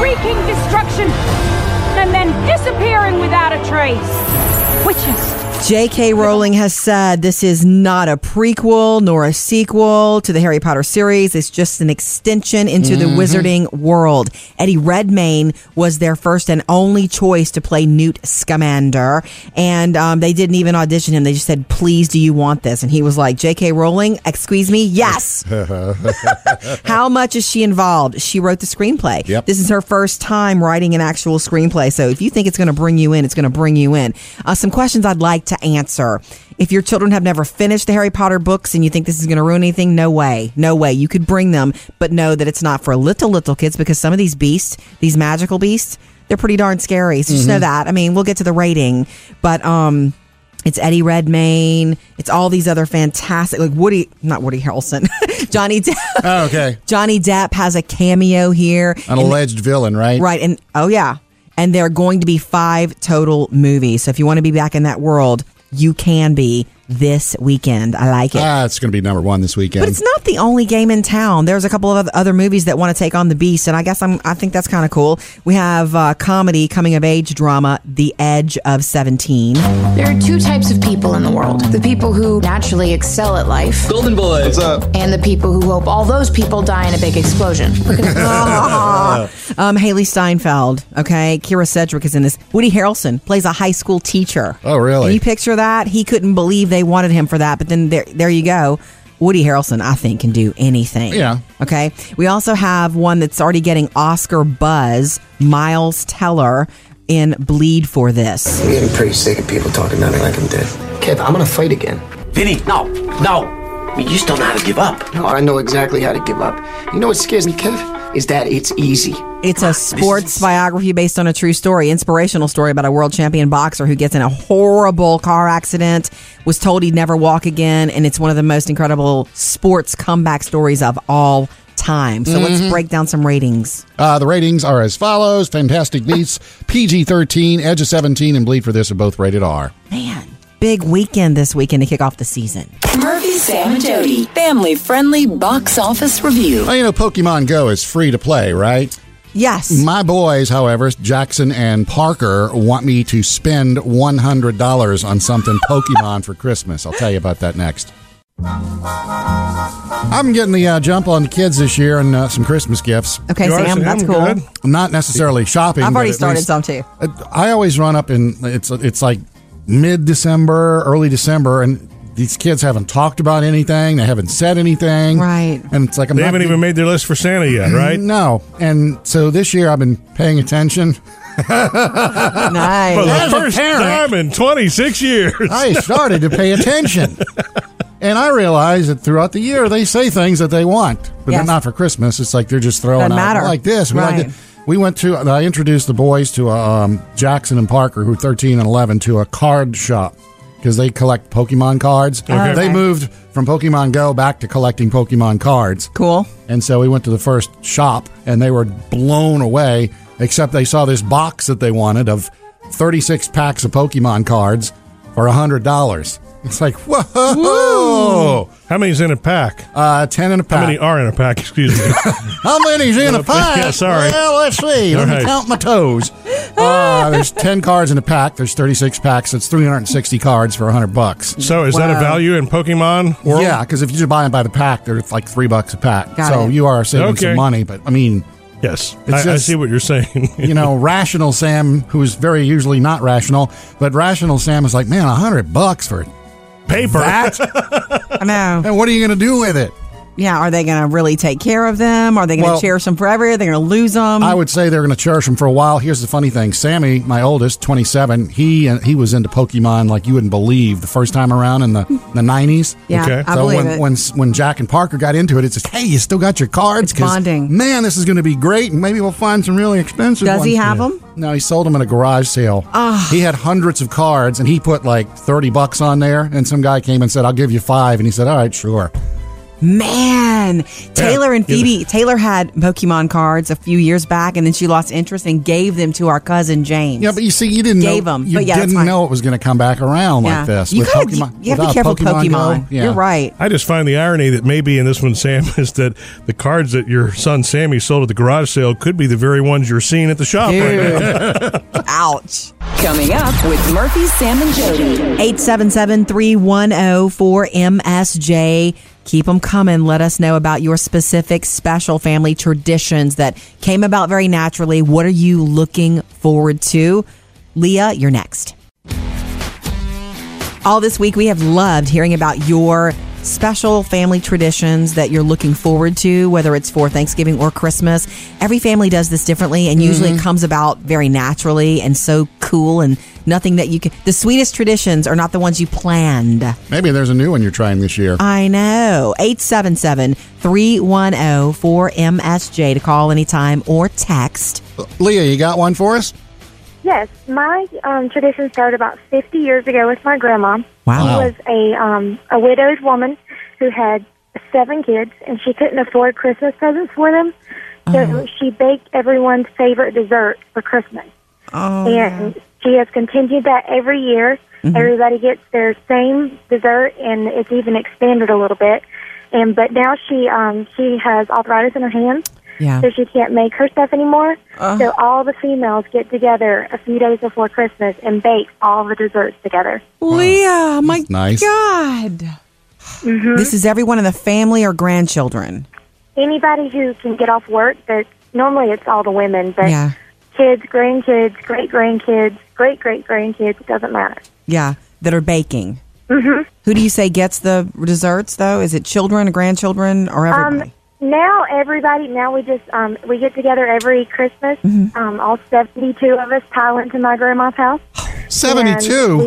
Speaker 9: wreaking destruction, and then disappearing without a trace. Witches.
Speaker 2: J.K. Rowling has said this is not a prequel nor a sequel to the Harry Potter series. It's just an extension into the wizarding world. Eddie Redmayne was their first and only choice to play Newt Scamander. And um, they didn't even audition him. They just said, please, do you want this? And he was like, J.K. Rowling, excuse me, yes. How much is she involved? She wrote the screenplay.
Speaker 4: Yep.
Speaker 2: This is her first time writing an actual screenplay. So if you think it's going to bring you in, it's going to bring you in. Uh, some questions I'd like to answer. If your children have never finished the Harry Potter books and you think this is going to ruin anything, no way. No way. You could bring them, but know that it's not for little, little kids because some of these beasts, these magical beasts, they're pretty darn scary. So just know that. I mean, we'll get to the rating, but, um, it's Eddie Redmayne. It's all these other fantastic, like Woody, not Woody Harrelson, Johnny Depp.
Speaker 4: Oh, okay.
Speaker 2: Johnny Depp has a cameo here.
Speaker 4: An alleged villain, right?
Speaker 2: Right. And oh, yeah. And there are going to be five total movies. So if you want to be back in that world, you can be this weekend. I like it.
Speaker 4: Ah, it's going to be number one this weekend.
Speaker 2: but it's not the only game in town. There's a couple of oth- other movies that want to take on the beast, and I guess I'm. I think that's kind of cool. We have uh, comedy, coming of age drama, The Edge of Seventeen.
Speaker 10: There are two types of people in the world the people who naturally excel at life,
Speaker 7: Golden boy. What's up?
Speaker 10: and the people who hope all those people die in a big explosion.
Speaker 2: Um, Haley Steinfeld. Okay, Kira Sedgwick is in this. Woody Harrelson plays a high school teacher.
Speaker 4: Oh, really?
Speaker 2: Can you picture that? He couldn't believe they wanted him for that, but then there, there you go. Woody Harrelson, I think, can do anything.
Speaker 4: Yeah.
Speaker 2: Okay. We also have one that's already getting Oscar buzz, Miles Teller in Bleed for this.
Speaker 11: I'm getting pretty sick of people talking about me like I'm dead. Kev, I'm gonna fight again.
Speaker 7: Vinny, no, no. You just don't know how to give up.
Speaker 11: No, I know exactly how to give up. You know what scares me, Kev? Is that it's easy.
Speaker 2: It's a sports biography based on a true story, inspirational story about a world champion boxer who gets in a horrible car accident, was told he'd never walk again, and it's one of the most incredible sports comeback stories of all time. So
Speaker 4: Mm-hmm.
Speaker 2: let's break down some ratings.
Speaker 4: Uh, the ratings are as follows Fantastic Beasts, PG 13, Edge of 17, and Bleed for This are both rated R.
Speaker 2: Man, big weekend this weekend to kick off the season.
Speaker 3: Murphy, Sam, and Jody. Family friendly box office review.
Speaker 4: Well, you know, Pokemon Go is free to play, right?
Speaker 2: Yes.
Speaker 4: My boys, however, Jackson and Parker, want me to spend $100 on something Pokemon for Christmas. I'll tell you about that next. I'm getting the uh, jump on the kids this year and uh, some Christmas gifts.
Speaker 2: Okay,
Speaker 1: You are,
Speaker 2: Sam,
Speaker 1: Sam,
Speaker 2: that's cool.
Speaker 1: good.
Speaker 4: Not necessarily shopping.
Speaker 2: I've
Speaker 4: but
Speaker 2: already
Speaker 4: at
Speaker 2: started
Speaker 4: least-
Speaker 2: some too.
Speaker 4: Uh, I always run up in it's it's like mid December, early December, and these kids haven't talked about anything. They haven't said anything.
Speaker 2: Right.
Speaker 4: And it's like I'm
Speaker 1: They
Speaker 4: not
Speaker 1: haven't even made their list for Santa yet,
Speaker 4: Mm-hmm.
Speaker 1: right?
Speaker 4: No. And so this year I've been paying attention.
Speaker 1: For
Speaker 2: Nice.
Speaker 1: the
Speaker 4: As a
Speaker 1: first
Speaker 4: parent-
Speaker 1: time in 26 years.
Speaker 4: I started to pay attention. And I realize that throughout the year they say things that they want, but they're
Speaker 2: Yes.
Speaker 4: not for Christmas. It's like they're just throwing
Speaker 2: Doesn't
Speaker 4: out
Speaker 2: matter.
Speaker 4: "We like this. We like
Speaker 2: Right.
Speaker 4: that." We went to. I introduced the boys to um, Jackson and Parker, who are thirteen and eleven, to a card shop because they collect Pokemon cards.
Speaker 2: Okay.
Speaker 4: They
Speaker 2: Okay.
Speaker 4: moved from Pokemon Go back to collecting Pokemon cards.
Speaker 2: Cool.
Speaker 4: And so we went to the first shop and they were blown away, except they saw this box that they wanted of 36 packs of Pokemon cards for $100. It's like, whoa!
Speaker 1: How many's in a pack?
Speaker 4: Uh, 10 in a pack.
Speaker 1: How many are in a pack? Excuse me.
Speaker 4: How many's in a pack?
Speaker 1: Yeah, sorry.
Speaker 4: Well, let's see.
Speaker 1: All
Speaker 4: Let me
Speaker 1: right.
Speaker 4: count my toes. Uh, there's 10 cards in a pack. There's 36 packs. It's 360 cards for 100 bucks.
Speaker 1: So is that a
Speaker 2: Wow.
Speaker 1: value in Pokemon world?
Speaker 4: Yeah, because if you just buy them by the pack, they're like three bucks a pack.
Speaker 2: Got
Speaker 4: so
Speaker 2: it.
Speaker 4: you are saving some
Speaker 1: Okay.
Speaker 4: money, but I mean,
Speaker 1: Yes.
Speaker 4: It's
Speaker 1: I, I
Speaker 4: just-
Speaker 1: see what you're saying.
Speaker 4: you know, rational Sam, who's very usually not rational, but rational Sam is like, man, a hundred bucks for
Speaker 1: Paper.
Speaker 4: that,
Speaker 2: I know.
Speaker 4: and what are you going to do with it?
Speaker 2: Yeah. Are they going to really take care of them? Are they going to
Speaker 4: Well-
Speaker 2: cherish them forever? Are they going to lose them?
Speaker 4: I would say they're going to cherish him for a while. Here's the funny thing: Sammy, my oldest, 27, he uh, he was into Pokemon like you wouldn't believe the first time around in the the 90s.
Speaker 2: yeah,
Speaker 1: Okay.
Speaker 2: I
Speaker 4: so
Speaker 2: believe
Speaker 4: when,
Speaker 2: it.
Speaker 4: when when Jack and Parker got into it, it's just hey, you still got your cards?
Speaker 2: It's
Speaker 4: 'Cause,
Speaker 2: bonding.
Speaker 4: Man, this is going to be great, and maybe we'll find some really expensive.
Speaker 2: Does he
Speaker 4: ones."
Speaker 2: have them?
Speaker 4: No, he sold them at a garage sale. He had hundreds of cards, and he put like thirty bucks on there. And some guy came and said, "I'll give you five. and he said, "All right, sure."
Speaker 2: Man, Taylor and
Speaker 1: Yeah.
Speaker 2: Phoebe. Taylor had Pokemon cards a few years back, and then she lost interest and gave them to our cousin James.
Speaker 4: Yeah, but you see, you didn't
Speaker 2: Gave
Speaker 4: know,
Speaker 2: 'em,
Speaker 4: you
Speaker 2: but yeah, that's
Speaker 4: didn't
Speaker 2: fine.
Speaker 4: know it was going to come back around
Speaker 2: Yeah.
Speaker 4: like this.
Speaker 2: You,
Speaker 4: with
Speaker 2: gotta,
Speaker 4: Pokemon,
Speaker 2: you have to be
Speaker 4: without
Speaker 2: careful, Pokemon.
Speaker 4: Go. Yeah.
Speaker 2: You're right.
Speaker 1: I just find the irony that maybe in this one, Sam, is that the cards that your son Sammy sold at the garage sale could be the very ones you're seeing at the shop right now.
Speaker 2: Ouch.
Speaker 3: Coming up with Murphy, Sam, and Jody.
Speaker 2: oh, 877-310-4MSJ. Keep them coming. Let us know about your specific special family traditions that came about very naturally. What are you looking forward to? Leah, you're next. All this week, we have loved hearing about your special family traditions that you're looking forward to, whether it's for Thanksgiving or Christmas. Every family does this differently, and usually it comes about very naturally and so cool, and nothing that you can. The sweetest traditions are not the ones you planned.
Speaker 4: Maybe there's a new one you're trying this year.
Speaker 2: I know. 877 310 4MSJ to call anytime or text.
Speaker 4: Leah, you got one for us?
Speaker 12: Yes, my um, tradition started about 50 years ago with my grandma.
Speaker 2: Wow.
Speaker 12: She was a um, a widowed woman who had seven kids, and she couldn't afford Christmas presents for them, so she baked everyone's favorite dessert for Christmas.
Speaker 2: Oh, Mm-hmm.
Speaker 12: and she has continued that every year. Everybody gets their same dessert, and it's even expanded a little bit. And but now she um, she has arthritis in her hands,
Speaker 2: yeah.
Speaker 12: so she can't make her stuff anymore.
Speaker 2: Uh.
Speaker 12: So all the females get together a few days before Christmas and bake all the desserts together.
Speaker 2: Leah, Oh my
Speaker 4: nice.
Speaker 2: God. This is everyone in the family or grandchildren.
Speaker 12: Anybody who can get off work, but normally it's all the women, but
Speaker 2: Yeah.
Speaker 12: kids, grandkids, great grandkids, great great grandkids, it doesn't matter.
Speaker 2: Yeah. That are baking. Mm-hmm. Who do you say gets the desserts, though? Is it children, grandchildren, or everybody?
Speaker 12: Um, now everybody, now we just um, we get together every Christmas.
Speaker 2: Mm-hmm.
Speaker 12: Um, all seventy-two of us pile into my grandma's house. and
Speaker 4: 72.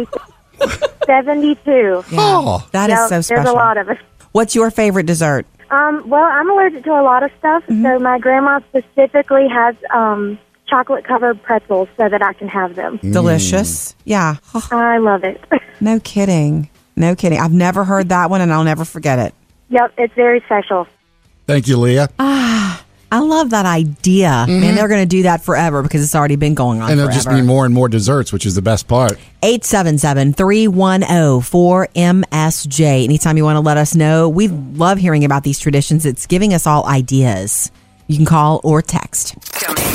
Speaker 12: we- Seventy-two.
Speaker 4: Oh.
Speaker 2: that is
Speaker 12: Yep,
Speaker 2: so
Speaker 12: There's
Speaker 2: special.
Speaker 12: a lot of us.
Speaker 2: What's your favorite dessert?
Speaker 12: Um, well, I'm allergic to a lot of stuff,
Speaker 13: Mm-hmm.
Speaker 12: so my grandma specifically has um, chocolate covered pretzels so that I can have them.
Speaker 4: Mm.
Speaker 2: Delicious. Yeah. Oh,
Speaker 12: I love it.
Speaker 2: no kidding. No kidding. I've never heard that one, and I'll never forget it.
Speaker 12: yep, it's very special.
Speaker 2: Ah,
Speaker 4: Thank you, Leah.
Speaker 2: I love that idea. Man, they're going to do that forever because it's already been going on
Speaker 4: Mm-hmm. and there'll
Speaker 2: forever.
Speaker 4: just be more and more desserts, which is the best part.
Speaker 2: oh, 877-310-4MSJ. Anytime you want to let us know, we love hearing about these traditions. It's giving us all ideas. You can call or text.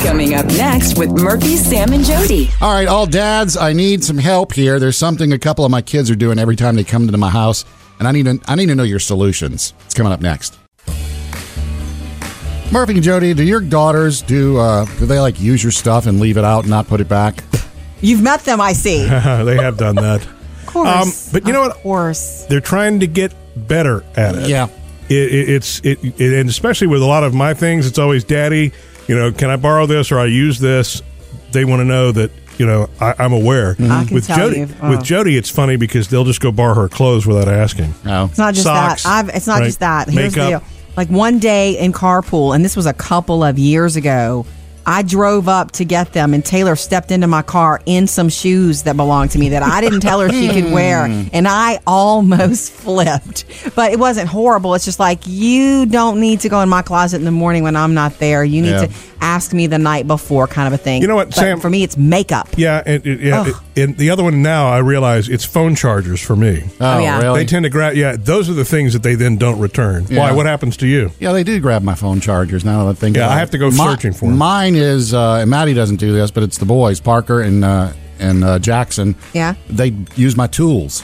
Speaker 3: Coming up next with Murphy, Sam, and Jody.
Speaker 4: All right, all dads, I need some help here. There's something a couple of my kids are doing every time they come into my house, and I need to, I need to know your solutions. It's coming up next. Murphy and Jody, do your daughters do uh, do they like use your stuff and leave it out and not put it back?
Speaker 2: You've met them, I see.
Speaker 1: they have done that.
Speaker 2: Of course.
Speaker 1: Um, but you know what?
Speaker 2: Of course.
Speaker 1: They're trying to get better at it.
Speaker 4: Yeah.
Speaker 1: It, it, it's it, it, and especially with a lot of my things, it's always daddy. You know, can I borrow this or I use this? They want to know that you know I, I'm aware.
Speaker 2: I can
Speaker 1: with
Speaker 2: tell
Speaker 1: Jody,
Speaker 2: you. Oh.
Speaker 1: with Jody, it's funny because they'll just go borrow her clothes without asking.
Speaker 4: No,
Speaker 2: It's not just
Speaker 1: Socks,
Speaker 2: that. I've, it's not
Speaker 1: right?
Speaker 2: just that. Here's the
Speaker 1: Makeup.
Speaker 2: deal. Like one day in carpool, and this was a couple of years ago, I drove up to get them, and Taylor stepped into my car in some shoes that belonged to me that I didn't tell her she
Speaker 1: Hmm.
Speaker 2: could wear. And I almost flipped. But it wasn't horrible. It's just like, you don't need to go in my closet in the morning when I'm not there. You need
Speaker 1: Yeah.
Speaker 2: to ask me the night before, kind of a thing.
Speaker 1: You know what,
Speaker 2: But
Speaker 1: Sam-
Speaker 2: For me, it's makeup.
Speaker 1: Yeah, and, it- yeah,
Speaker 2: Ugh.
Speaker 1: it- and the other one now I realize it's phone chargers for me.
Speaker 4: Oh,
Speaker 2: Oh, yeah.
Speaker 4: really?
Speaker 1: They tend to grab. Yeah, those are the things that they then don't return.
Speaker 4: Yeah.
Speaker 1: Why? What happens to you?
Speaker 4: Yeah, they do grab my phone chargers now that I think
Speaker 1: Yeah,
Speaker 4: about
Speaker 1: I
Speaker 4: it.
Speaker 1: have to go
Speaker 4: Mi-
Speaker 1: searching for 'em.
Speaker 4: Mine is, uh, and Maddie doesn't do this, but it's the boys, Parker and uh, and uh, Jackson.
Speaker 2: Yeah.
Speaker 4: They use my tools.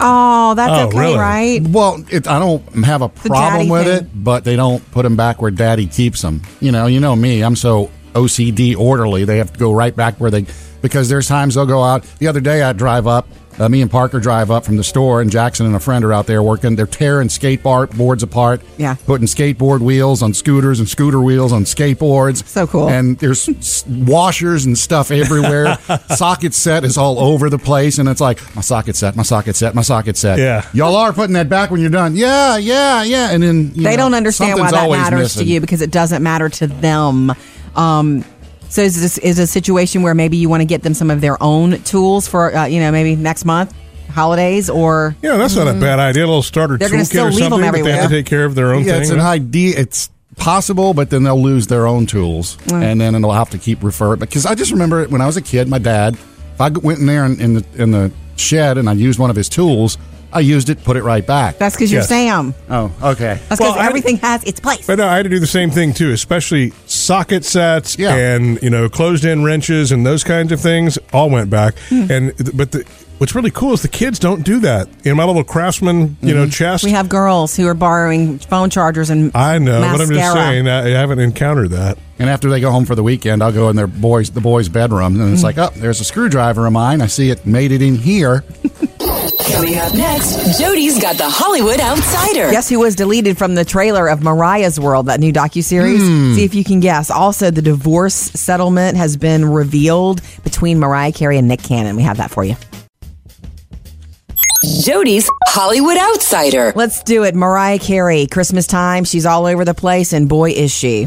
Speaker 2: Oh, that's
Speaker 1: Oh,
Speaker 2: okay,
Speaker 1: really?
Speaker 2: right?
Speaker 4: Well, it, I don't have a
Speaker 2: The daddy
Speaker 4: problem with
Speaker 2: thing.
Speaker 4: it, but they don't put them back where daddy keeps them. You know, you know me. I'm so OCD orderly. They have to go right back where they because there's times they'll go out. The other day I drive up. Uh, me and Parker drive up from the store, and Jackson and a friend are out there working. They're tearing skateboard boards apart.
Speaker 2: Yeah.
Speaker 4: putting skateboard wheels on scooters and scooter wheels on skateboards.
Speaker 2: So cool.
Speaker 4: And there's s- washers and stuff everywhere. socket set is all over the place, and it's like my socket set, my socket set, my socket set.
Speaker 1: Yeah.
Speaker 4: Y'all are putting that back when you're done. Yeah, yeah, yeah. And then you
Speaker 2: they
Speaker 4: know,
Speaker 2: don't understand why
Speaker 4: something's
Speaker 2: that
Speaker 4: always
Speaker 2: matters
Speaker 4: missing.
Speaker 2: to you because it doesn't matter to them. Um, so is this is a situation where maybe you want to get them some of their own tools for uh, you know maybe next month holidays or
Speaker 1: Yeah, that's not a bad idea. A little starter
Speaker 2: Mm. They're gonna
Speaker 1: toolkit
Speaker 2: still
Speaker 1: or
Speaker 2: leave 'em
Speaker 1: something. but they have
Speaker 2: everywhere.
Speaker 1: to take care of their own
Speaker 4: Yeah,
Speaker 1: thing.
Speaker 4: it's an idea. It's possible, but then they'll lose their own tools, and then they'll have to keep referring. Because I just remember it when I was a kid, my dad, if I went in there in, in the in the shed and I used one of his tools, I used it, put it right back.
Speaker 2: that's because you're
Speaker 1: Yes.
Speaker 2: Sam.
Speaker 4: oh, okay.
Speaker 2: That's
Speaker 1: Well,
Speaker 2: because
Speaker 1: I-
Speaker 2: everything has its place.
Speaker 1: But no, I had to do the same thing too, especially socket sets
Speaker 4: Yeah.
Speaker 1: and you know closed in wrenches and those kinds of things all went back.
Speaker 2: Hmm.
Speaker 1: And but the, what's really cool is the kids don't do that in my little craftsman you know chest.
Speaker 2: Mm-hmm. we have girls who are borrowing phone chargers and
Speaker 1: I know,
Speaker 2: mascara.
Speaker 1: but I'm just saying I haven't encountered that.
Speaker 4: And after they go home for the weekend, I'll go in their boys the boys' bedroom, and it's
Speaker 2: Hmm.
Speaker 4: like, oh, there's a screwdriver of mine. I see it made it in here.
Speaker 3: Coming up next, Jody's got the Hollywood Outsider.
Speaker 2: Guess who was deleted from the trailer of Mariah's World, that new docuseries?
Speaker 1: Hmm.
Speaker 2: See if you can guess. Also, the divorce settlement has been revealed between Mariah Carey and Nick Cannon. We have that for you.
Speaker 3: Jody's Hollywood Outsider.
Speaker 2: Let's do it. Mariah Carey, Christmas time. She's all over the place, and boy, is she.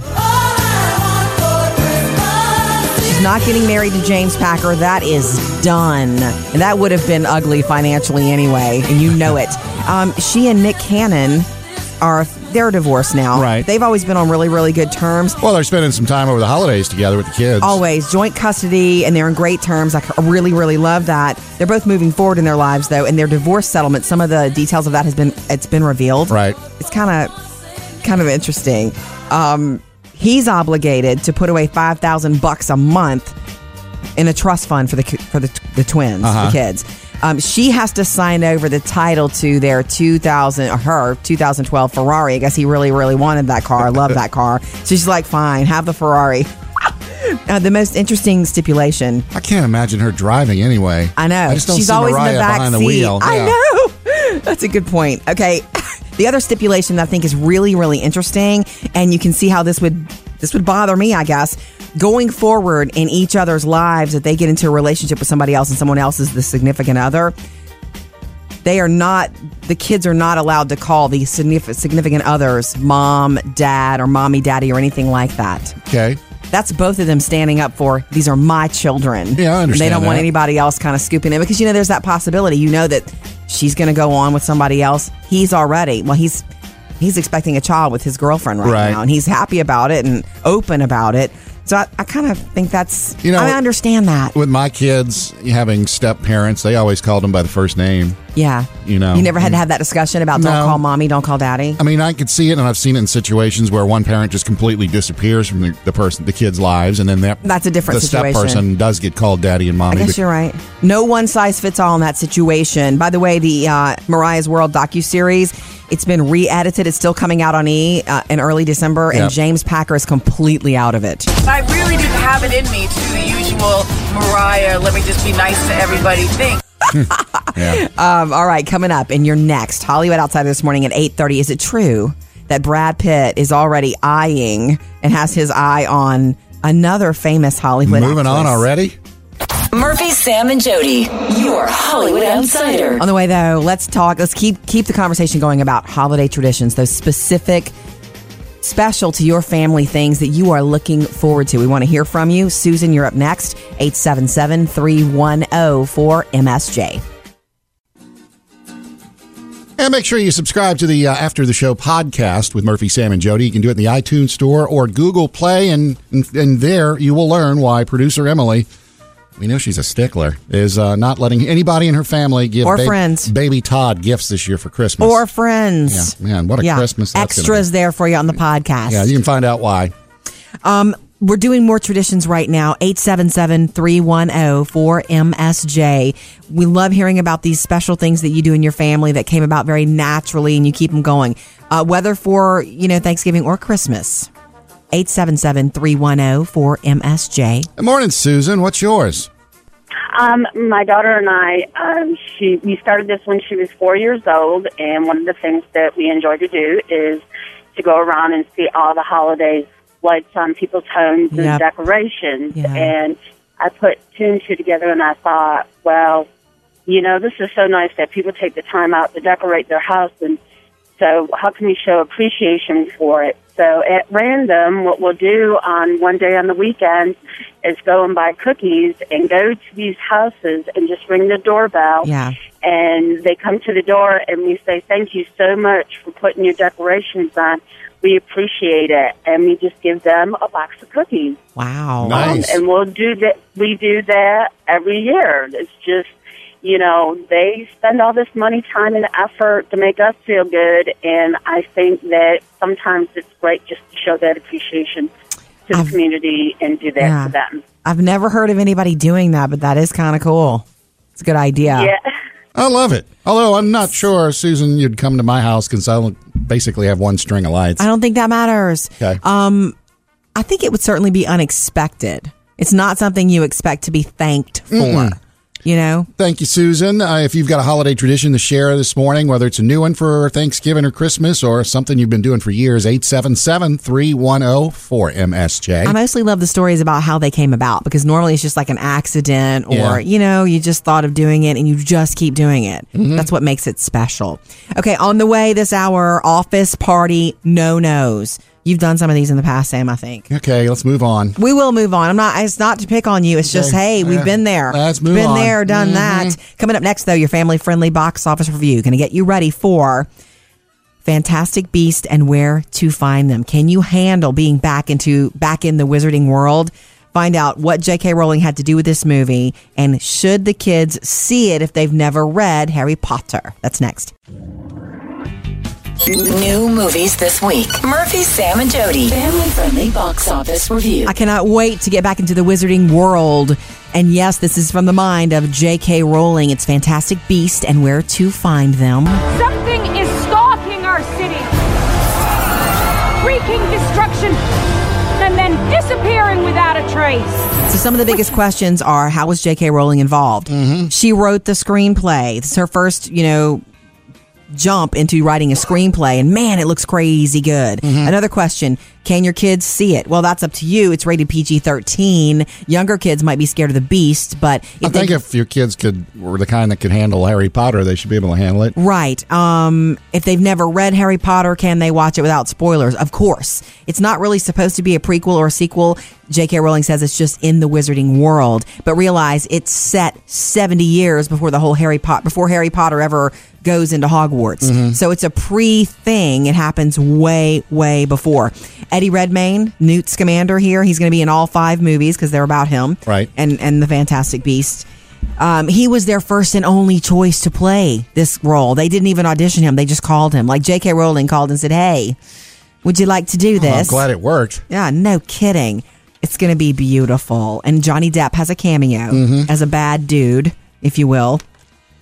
Speaker 2: She's not getting married to James Packer. That is done. And that would have been ugly financially anyway, and you know it. Um, she and Nick Cannon are, they're divorced now.
Speaker 4: Right.
Speaker 2: They've always been on really, really good terms.
Speaker 4: Well, they're spending some time over the holidays together with the kids.
Speaker 2: Always joint custody, and they're in great terms. I c- really, really love that. They're both moving forward in their lives, though, and their divorce settlement. Some of the details of that has been it's been revealed.
Speaker 4: Right.
Speaker 2: It's kind of kind of interesting. Um, he's obligated to put away five thousand bucks a month in a trust fund for the for the, the twins, the kids. Um, she has to sign over the title to their 2000 or her 2012 Ferrari. I guess he really, really wanted that car. I love that car. So she's like, fine, have the Ferrari. Uh, the most interesting stipulation.
Speaker 4: I can't imagine her driving anyway.
Speaker 2: I know.
Speaker 4: I just don't
Speaker 2: She's
Speaker 4: see
Speaker 2: always
Speaker 4: Mariah
Speaker 2: in the back
Speaker 4: behind the
Speaker 2: seat.
Speaker 4: wheel. Yeah.
Speaker 2: I know. That's a good point. Okay. The other stipulation that I think is really, really interesting, and you can see how this would this would bother me, I guess. Going forward in each other's lives, if they get into a relationship with somebody else and someone else is the significant other, they are not the kids are not allowed to call the signif- significant others mom, dad, or mommy, daddy, or anything like that.
Speaker 4: Okay.
Speaker 2: That's both of them standing up for these are my children.
Speaker 4: Yeah, I understand
Speaker 2: They don't want
Speaker 4: that.
Speaker 2: anybody else kind of scooping in because you know there's that possibility. You know that she's going to go on with somebody else. He's already well. He's he's expecting a child with his girlfriend right,
Speaker 4: Right.
Speaker 2: now, and he's happy about it and open about it. So I, I kind of think that's you know I understand that.
Speaker 4: With my kids having step parents, they always called them by the first name.
Speaker 2: Yeah,
Speaker 4: You know,
Speaker 2: you never had to have that discussion about don't call mommy, don't call daddy.
Speaker 4: I mean, I could see it, and I've seen it in situations where one parent just completely disappears from the, the person, the kids' lives, and then that
Speaker 2: That's a different
Speaker 4: the
Speaker 2: situation.
Speaker 4: step person does get called daddy and
Speaker 2: I
Speaker 4: mommy.
Speaker 2: guess you're right. No one size fits all in that situation. By the way, the uh, Mariah's World docu series, it's been re-edited. It's still coming out on E uh, in early December,
Speaker 4: Yeah.
Speaker 2: and James Packer is completely out of it.
Speaker 14: I really didn't have it in me to do the usual Mariah, let me just be nice to everybody thing.
Speaker 2: Um, all right, coming up in your next Hollywood Outsider this morning at eight thirty. Is it true that Brad Pitt is already eyeing and has his eye on another famous Hollywood?
Speaker 4: Moving on
Speaker 2: actress?
Speaker 4: already?
Speaker 3: Murphy, Sam, and Jody, your Hollywood outsider.
Speaker 2: On the way though, let's talk. Let's keep keep the conversation going about holiday traditions, those specific special to your family things that you are looking forward to. We want to hear from you. Susan, you're up next. 877-310-4MSJ.
Speaker 4: And make sure you subscribe to the uh, After the Show podcast with Murphy, Sam, and Jody. You can do it in the iTunes Store or Google Play, and and, and there you will learn why producer Emily, we know she's a stickler, is uh, not letting anybody in her family give
Speaker 2: Or friends.
Speaker 4: baby Todd gifts this year for Christmas.
Speaker 2: Or friends.
Speaker 4: Yeah, man, what a Christmas that's gonna
Speaker 2: Extras there for you on the podcast.
Speaker 4: yeah, you can find out why.
Speaker 2: Um, we're doing more traditions right now. oh, 877-310-4MSJ. We love hearing about these special things that you do in your family that came about very naturally and you keep them going. Uh, whether for, you know, Thanksgiving or Christmas. oh, 877-310-4MSJ.
Speaker 4: Good morning, Susan. What's yours?
Speaker 15: Um, my daughter and I, um, she we started this when she was four years old, and one of the things that we enjoy to do is to go around and see all the holiday lights on people's homes and
Speaker 13: Yep.
Speaker 15: decorations.
Speaker 13: Yeah.
Speaker 15: And I put two and two together, and I thought, well, you know, this is so nice that people take the time out to decorate their house, and so how can we show appreciation for it? So at random, what we'll do on one day on the weekend is go and buy cookies and go to these houses and just ring the doorbell.
Speaker 2: Yeah.
Speaker 15: And they come to the door and we say, thank you so much for putting your decorations on. We appreciate it. And we just give them a box of cookies.
Speaker 2: Wow.
Speaker 15: Um, and we'll do that. We do that every year. It's just, you know, they spend all this money, time, and effort to make us feel good. And I think that sometimes it's great just to show that appreciation to the community and do that
Speaker 2: Yeah.
Speaker 15: for them.
Speaker 2: I've never heard of anybody doing that, but that is kind of cool. It's a good idea.
Speaker 15: Yeah.
Speaker 4: I love it. Although I'm not sure, Susan, you'd come to my house because I only- basically have one string of lights.
Speaker 2: I don't think that matters.
Speaker 4: Okay.
Speaker 2: Um, I think it would certainly be unexpected. It's not something you expect to be thanked for.
Speaker 4: Mm-mm.
Speaker 2: You know?
Speaker 4: Thank you, Susan. Uh, if you've got a holiday tradition to share this morning, whether it's a new one for Thanksgiving or Christmas or something you've been doing for years, 877 310
Speaker 2: I
Speaker 4: 4MSJ.
Speaker 2: mostly love the stories about how they came about because normally it's just like an accident or,
Speaker 4: Yeah.
Speaker 2: you know, you just thought of doing it and you just keep doing it. That's what makes it special. Okay, on the way this hour, office party no nos. You've done some of these in the past, Sam, I think.
Speaker 4: Okay, let's move on.
Speaker 2: We will move on. I'm not. It's not to pick on you. It's just,
Speaker 4: Okay.
Speaker 2: hey, we've
Speaker 4: Yeah.
Speaker 2: been there.
Speaker 4: Let's move
Speaker 2: been
Speaker 4: on. Mm-hmm.
Speaker 2: there, done that. Coming up next, though, your family-friendly box office review. Going to get you ready for Fantastic Beast and where to find them. Can you handle being back into back in the wizarding world? Find out what J.K. Rowling had to do with this movie, and should the kids see it if they've never read Harry Potter? That's next.
Speaker 3: New movies this week. Murphy, Sam, and Jody. Family friendly box office review.
Speaker 2: I cannot wait to get back into the wizarding world. And yes, this is from the mind of J.K. Rowling. It's Fantastic Beast and Where to Find Them.
Speaker 9: Something is stalking our city, wreaking destruction, and then disappearing without a trace.
Speaker 2: So, some of the biggest questions are how was J.K. Rowling involved?
Speaker 4: Mm-hmm.
Speaker 2: She wrote the screenplay. It's her first, you know,
Speaker 4: Mm-hmm.
Speaker 2: jump into writing a screenplay. And man, it looks crazy good. Another question Can your kids see it? Well, that's up to you. It's rated PG 13. Younger kids might be scared of the beast, but if
Speaker 4: I
Speaker 2: they-
Speaker 4: think if your kids could were the kind that could handle Harry Potter, they should be able to handle it.
Speaker 2: Right. Um, if they've never read Harry Potter, can they watch it without spoilers? Of course. It's not really supposed to be a prequel or a sequel. J.K. Rowling says it's just in the wizarding world, but realize it's set 70 years before the whole Harry Potter before Harry Potter ever goes into Hogwarts.
Speaker 13: Mhm.
Speaker 2: So it's a pre thing. It happens way way before. Eddie Redmayne, Newt Scamander here, he's going to be in all 5 movies because they're about him. Right. And and the Fantastic Beast. Um, he was their first and only choice to play this role. They didn't even audition him. They just called him. Like J.K. Rowling called and said, "Hey, would you like to do
Speaker 4: Well,
Speaker 2: this?"
Speaker 4: Oh, I'm glad it worked.
Speaker 2: Yeah, no kidding. It's going to be beautiful. And Johnny Depp has a cameo
Speaker 4: Mhm.
Speaker 2: as a bad dude, if you will.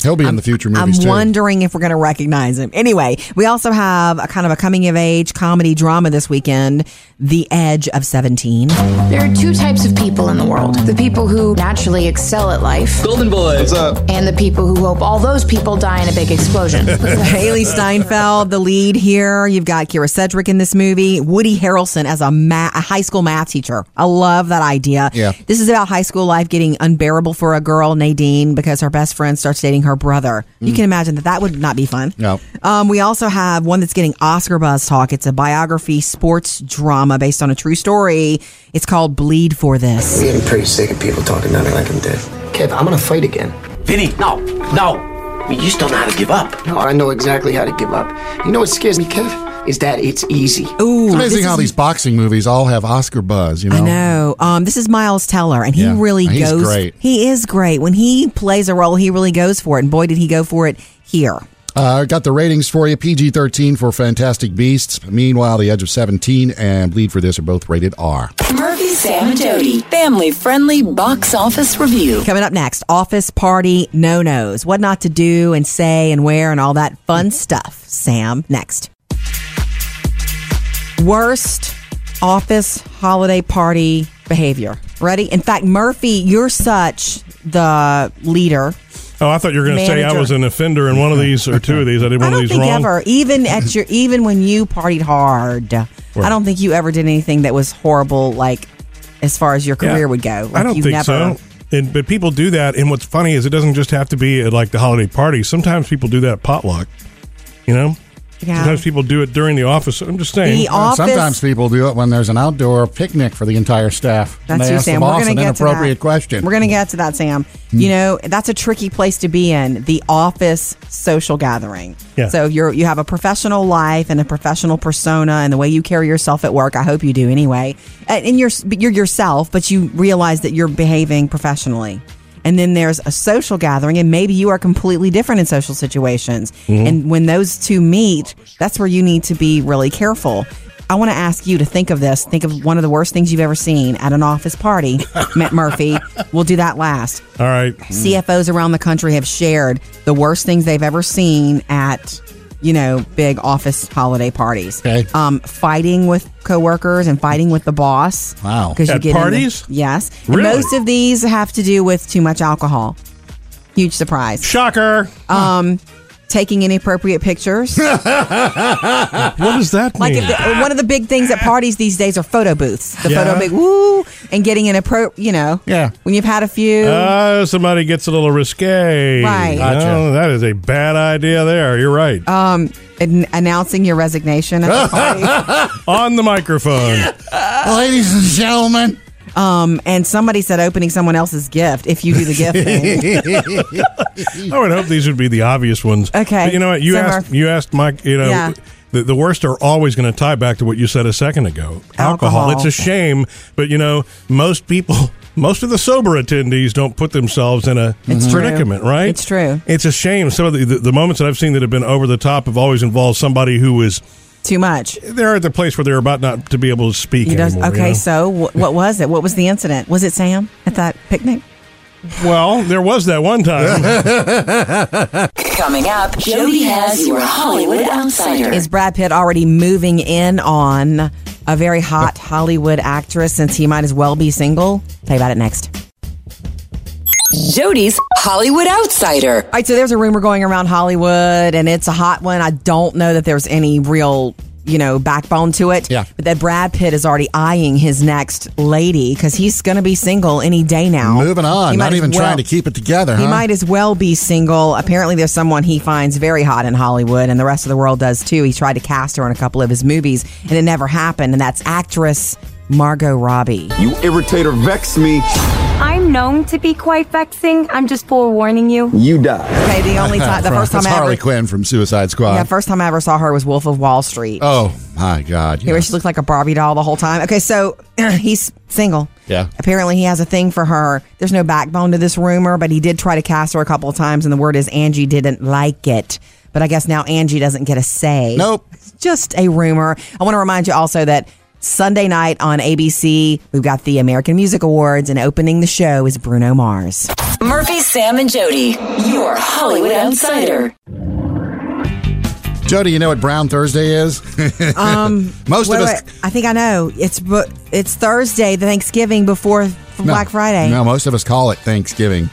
Speaker 4: He'll be in the future
Speaker 2: I'm
Speaker 4: movies too.
Speaker 2: wondering if we're going to recognize him. Anyway, we also have a kind of a coming of age comedy drama this weekend, The Edge of 17.
Speaker 10: There are two types of people in the world the people who naturally excel at life. Golden Boy. What's up? And the people who hope all those people die in a big explosion.
Speaker 2: Haley Steinfeld, the lead here. You've got Kira Sedgwick in this movie. Woody Harrelson as a, ma- a high school math teacher. I love that idea.
Speaker 10: Yeah.
Speaker 2: This is about high school life getting unbearable for a girl, Nadine, because her best friend starts dating her brother. You
Speaker 10: Mm.
Speaker 2: can imagine that that would not be fun.
Speaker 4: No.
Speaker 2: Um, we also have one that's getting Oscar buzz talk. It's a biography sports drama based on a true story. It's called Bleed for This.
Speaker 11: I'm getting pretty sick of people talking about me like I'm dead. Kev, I'm gonna fight again. Vinny, no, no. You just don't know how to give up. No, I know exactly how to give up. You know what scares me, Kev? Is that it's easy.
Speaker 2: Ooh,
Speaker 4: It's amazing how these boxing movies all have Oscar buzz. You know,
Speaker 2: I know. Um, this is Miles Teller, and he
Speaker 4: Yeah.
Speaker 2: really
Speaker 4: He's
Speaker 2: goes.
Speaker 4: great.
Speaker 2: He is great. When he plays a role, he really goes for it. And boy, did he go for it here.
Speaker 4: Uh, got the ratings for you. PG 13 for Fantastic Beasts. Meanwhile, The Edge of 17 and Bleed for This are both rated R.
Speaker 3: Murphy, Sam, and Jody. Family friendly box office review.
Speaker 2: Coming up next, office party no nos, what not to do and say and wear and all that fun stuff. Sam, next. Worst office holiday party behavior. Ready? In fact, Murphy, you're such the leader.
Speaker 1: Oh, I thought you were going to say I
Speaker 2: Manager.
Speaker 1: was an offender in one of these or two of these. I did one of
Speaker 2: I don't
Speaker 1: these
Speaker 2: think
Speaker 1: wrong.
Speaker 2: ever, even at your, even when you partied hard, I don't think you ever did anything that was horrible. Like as far as your
Speaker 1: Yeah.
Speaker 2: career would go, like
Speaker 1: I don't
Speaker 2: you
Speaker 1: think
Speaker 2: never,
Speaker 1: so. And, but people do that, and what's funny is it doesn't just have to be at like the holiday party. Sometimes people do that at potluck. You know,
Speaker 2: Yeah.
Speaker 1: sometimes people do it during the office. I'm just saying.
Speaker 2: The office-
Speaker 4: Sometimes people do it when there's an outdoor picnic for the entire staff. and
Speaker 2: That's
Speaker 4: they
Speaker 2: you,
Speaker 4: ask the
Speaker 2: Sam. We're
Speaker 4: boss
Speaker 2: going
Speaker 4: an
Speaker 2: to get to
Speaker 4: inappropriate
Speaker 2: that.
Speaker 4: question. Hmm.
Speaker 2: We're going to get to that, Sam. You know, that's a tricky place to be in the office social gathering.
Speaker 4: Yeah.
Speaker 2: So if you're you have a professional life and a professional persona and the way you carry yourself at work. I hope you do anyway. And and you're but you're yourself, but you realize that you're behaving professionally. And then there's a social gathering, and maybe you are completely different in social situations.
Speaker 13: Mhm.
Speaker 2: And when those two meet, that's where you need to be really careful. I want to ask you to think of this. Think of one of the worst things you've ever seen at an office party, Matt Murphy. We'll do that last.
Speaker 1: All right.
Speaker 2: CFOs around the country have shared the worst things they've ever seen at, you know, big office holiday parties. Okay. Um, fighting with coworkers and fighting with the boss.
Speaker 4: Wow.
Speaker 2: Because you
Speaker 4: At
Speaker 2: get into-
Speaker 4: parties?
Speaker 2: yes.
Speaker 4: Really?
Speaker 2: And most of these have to do with too much alcohol. Huge surprise.
Speaker 1: Shocker.
Speaker 2: Um, taking inappropriate pictures.
Speaker 1: What does that
Speaker 2: Like
Speaker 1: mean?
Speaker 2: if the, one of the big things at parties these days are photo booths. The
Speaker 1: Yeah.
Speaker 2: photo booth, woo, and getting an appro, you know.
Speaker 1: Yeah.
Speaker 2: When you've had a few.
Speaker 1: Oh, somebody gets a little risque.
Speaker 2: Right. Gotcha.
Speaker 1: No, that is a bad idea there. You're right.
Speaker 2: um, an- announcing your resignation at the party.
Speaker 1: On the microphone.
Speaker 4: Ladies and gentlemen.
Speaker 2: Um, and somebody said opening someone else's gift if you do the gift thing.
Speaker 1: I would hope these would be the obvious ones.
Speaker 2: Okay.
Speaker 1: But you know what? You
Speaker 2: Some
Speaker 1: asked, you asked Mike, you know,
Speaker 2: Yeah.
Speaker 1: the, the worst are always going to tie back to what you said a second ago alcohol.
Speaker 2: Alcohol.
Speaker 1: It's a shame, but you know, most people. Most of the sober attendees don't put themselves in a
Speaker 2: It's Mhm. true.
Speaker 1: predicament, right?
Speaker 2: It's true.
Speaker 1: It's a shame. Some of the, the, the moments that I've seen that have been over the top have always involved somebody who was
Speaker 2: Too much.
Speaker 1: They're at the place where they're about not to be able to speak
Speaker 2: You don't-
Speaker 1: anymore. you
Speaker 2: okay,
Speaker 1: know?
Speaker 2: so wh- what was it? What was the incident? Was it Sam at that picnic?
Speaker 1: well, there was that one time.
Speaker 3: Coming up, Jody has your Hollywood Outsider.
Speaker 2: Is Brad Pitt already moving in on a very hot Hollywood actress since he might as well be single? Tell you about it next.
Speaker 3: Jody's Hollywood Outsider.
Speaker 2: All right, so there's a rumor going around Hollywood, and it's a hot one. I don't know that there's any real you know, backbone to it. Yeah. But that Brad Pitt is already eyeing his next lady because he's going to be single any day now.
Speaker 4: Moving on,
Speaker 2: He might
Speaker 4: not
Speaker 2: as
Speaker 4: even
Speaker 2: well-
Speaker 4: trying to keep it together.
Speaker 2: He
Speaker 4: huh?
Speaker 2: might as well be single. Apparently, there's someone he finds very hot in Hollywood, and the rest of the world does too. He tried to cast her in a couple of his movies, and it never happened. And that's actress Margot Robbie.
Speaker 13: You irritate or vex me,
Speaker 16: I'm known to be quite vexing. I'm just forewarning you.
Speaker 13: you die.
Speaker 2: Okay, the only time, the
Speaker 4: From-
Speaker 2: first time
Speaker 4: that's
Speaker 2: I
Speaker 4: Harley
Speaker 2: ever,
Speaker 4: Quinn from Suicide Squad.
Speaker 2: yeah, first time I ever saw her was Wolf of Wall Street.
Speaker 4: oh my God!
Speaker 2: Where she looked like a Barbie doll the whole time. Okay, so he's single.
Speaker 4: Yeah.
Speaker 2: Apparently, he has a thing for her. There's no backbone to this rumor, but he did try to cast her a couple of times, and the word is Angie didn't like it. But I guess now Angie doesn't get a say.
Speaker 4: Nope.
Speaker 2: It's just a rumor. I want to remind you also that Sunday night on ABC, we've got the American Music Awards, and opening the show is Bruno Mars.
Speaker 3: Murphy, Sam, and Jody, your Hollywood outsider.
Speaker 4: Jody, you know what Brown Thursday is?
Speaker 2: Um,
Speaker 4: most
Speaker 2: wait,
Speaker 4: of us.
Speaker 2: wait. I think I know. It's bu- it's Thursday, the Thanksgiving before f- Black Friday.
Speaker 4: No, most of us call it Thanksgiving.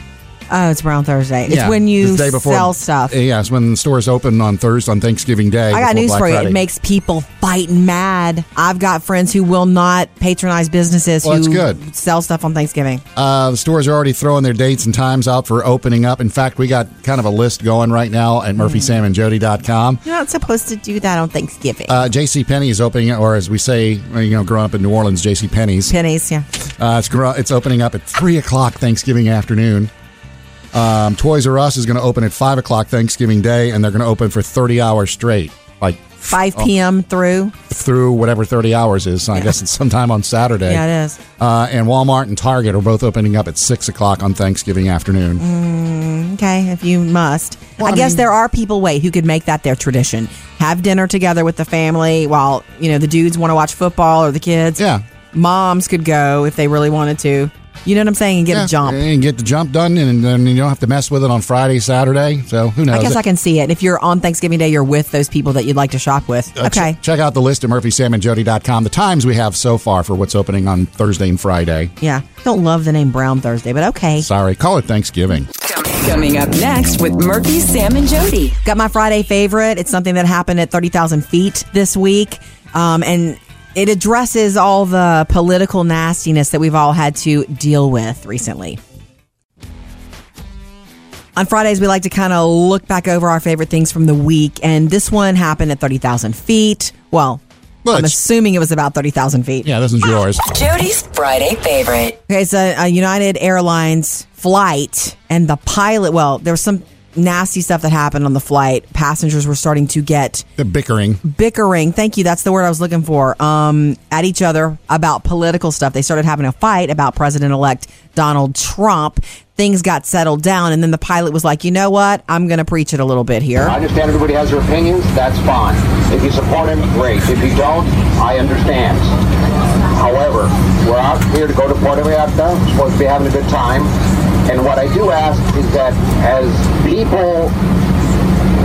Speaker 2: Oh, it's Brown Thursday. It's
Speaker 4: Yeah,
Speaker 2: when you
Speaker 4: the day before-
Speaker 2: sell stuff.
Speaker 4: Yeah, it's when stores open on Thursday on Thanksgiving Day.
Speaker 2: I got
Speaker 4: before
Speaker 2: news
Speaker 4: Black
Speaker 2: for you.
Speaker 4: Friday.
Speaker 2: It makes people fight and mad. I've got friends who will not patronize businesses
Speaker 4: Well,
Speaker 2: who
Speaker 4: that's good.
Speaker 2: sell stuff on Thanksgiving.
Speaker 4: Uh, the stores are already throwing their dates and times out for opening up. In fact, we got kind of a list going right now
Speaker 2: Hmm.
Speaker 4: at murphysamandjody.com.
Speaker 2: You're not supposed to do that on Thanksgiving.
Speaker 4: Uh, J.C. Penney is opening, or as we say, you know, growing up in New Orleans, J.C. Penney's.
Speaker 2: Pennies, yeah.
Speaker 4: Uh, it's gro- it's opening up at three o'clock Thanksgiving afternoon. Um, Toys R Us is going to open at five o'clock Thanksgiving Day, and they're going to open for thirty hours straight, like
Speaker 2: 5
Speaker 4: oh,
Speaker 2: p.m. through.
Speaker 4: through whatever thirty hours is. I guess it's sometime on Saturday.
Speaker 2: Yeah, it is.
Speaker 4: Uh, and Walmart and Target are both opening up at six o'clock on Thanksgiving afternoon.
Speaker 2: Mm, okay, if you must. I,
Speaker 4: I
Speaker 2: guess
Speaker 4: mean-
Speaker 2: there are people, wait, who could make that their tradition. Have dinner together with the family while, you know, the dudes want to watch football or the kids.
Speaker 4: Yeah.
Speaker 2: Moms could go if they really wanted to. You know what I'm saying? And get
Speaker 4: Yeah,
Speaker 2: a jump.
Speaker 4: and get the jump done, and then you don't have to mess with it on Friday, Saturday. So who knows?
Speaker 2: I guess I can see it. If you're on Thanksgiving Day, you're with those people that you'd like to shop with.
Speaker 4: Uh, ch-
Speaker 2: Okay.
Speaker 4: check out the list at murphysamandjody.com. The times we have so far for what's opening on Thursday and Friday.
Speaker 2: Yeah. Don't love the name Brown Thursday, but okay.
Speaker 4: Sorry, call it Thanksgiving.
Speaker 3: Coming up next with Murphy, Sam, and Jody.
Speaker 2: Got my Friday favorite. It's something that happened at 30,000 feet this week. Um, and it addresses all the political nastiness that we've all had to deal with recently. On Fridays, we like to kind of look back over our favorite things from the week. And this one happened at 30,000 feet. Well,
Speaker 4: Well,
Speaker 2: I'm
Speaker 4: it's-
Speaker 2: assuming it was about 30,000 feet.
Speaker 4: Yeah, this one's yours.
Speaker 3: Jody's Friday favorite.
Speaker 2: Okay, it's a, a United Airlines flight, and the pilot. Well, there was some nasty stuff that happened on the flight. Passengers were starting to get
Speaker 4: The bickering.
Speaker 2: bickering. Thank you. That's the word I was looking for. Um, at each other about political stuff. They started having a fight about President elect Donald Trump. Things got settled down, and then the pilot was like, "You know what? I'm going to preach it a little bit here."
Speaker 5: I understand everybody has their opinions. That's fine. If you support him, great. If you don't, I understand. However, we're out here to go to Puerto Vallarta. We're supposed to be having a good time. And what I do ask is that as people,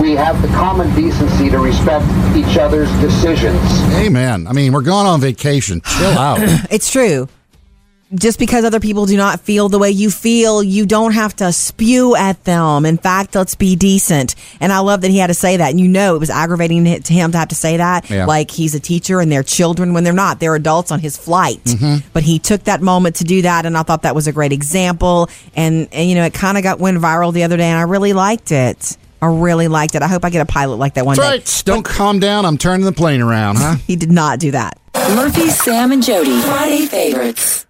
Speaker 5: we have the common decency to respect each other's decisions.
Speaker 4: Amen. I mean, we're going on vacation. Chill out.
Speaker 2: It's true. Just because other people do not feel the way you feel, you don't have to spew at them. In fact, let's be decent. And I love that he had to say that. And you know, it was aggravating to him to have to say that.
Speaker 17: Yeah.
Speaker 2: Like he's a teacher and they're children when they're not. They're adults on his flight.
Speaker 4: Mm-hmm.
Speaker 17: Mhm.
Speaker 2: But he took that moment to do that. And I thought that was a great example. And, and you know, it kind of got went viral the other day and I really liked it. I really liked it. I hope I get a pilot like that one
Speaker 4: That's
Speaker 2: day.
Speaker 4: right. Don't calm down. I'm turning the plane around, huh?
Speaker 2: He did not do that.
Speaker 3: Murphy, Sam, and Jody. Friday favorites.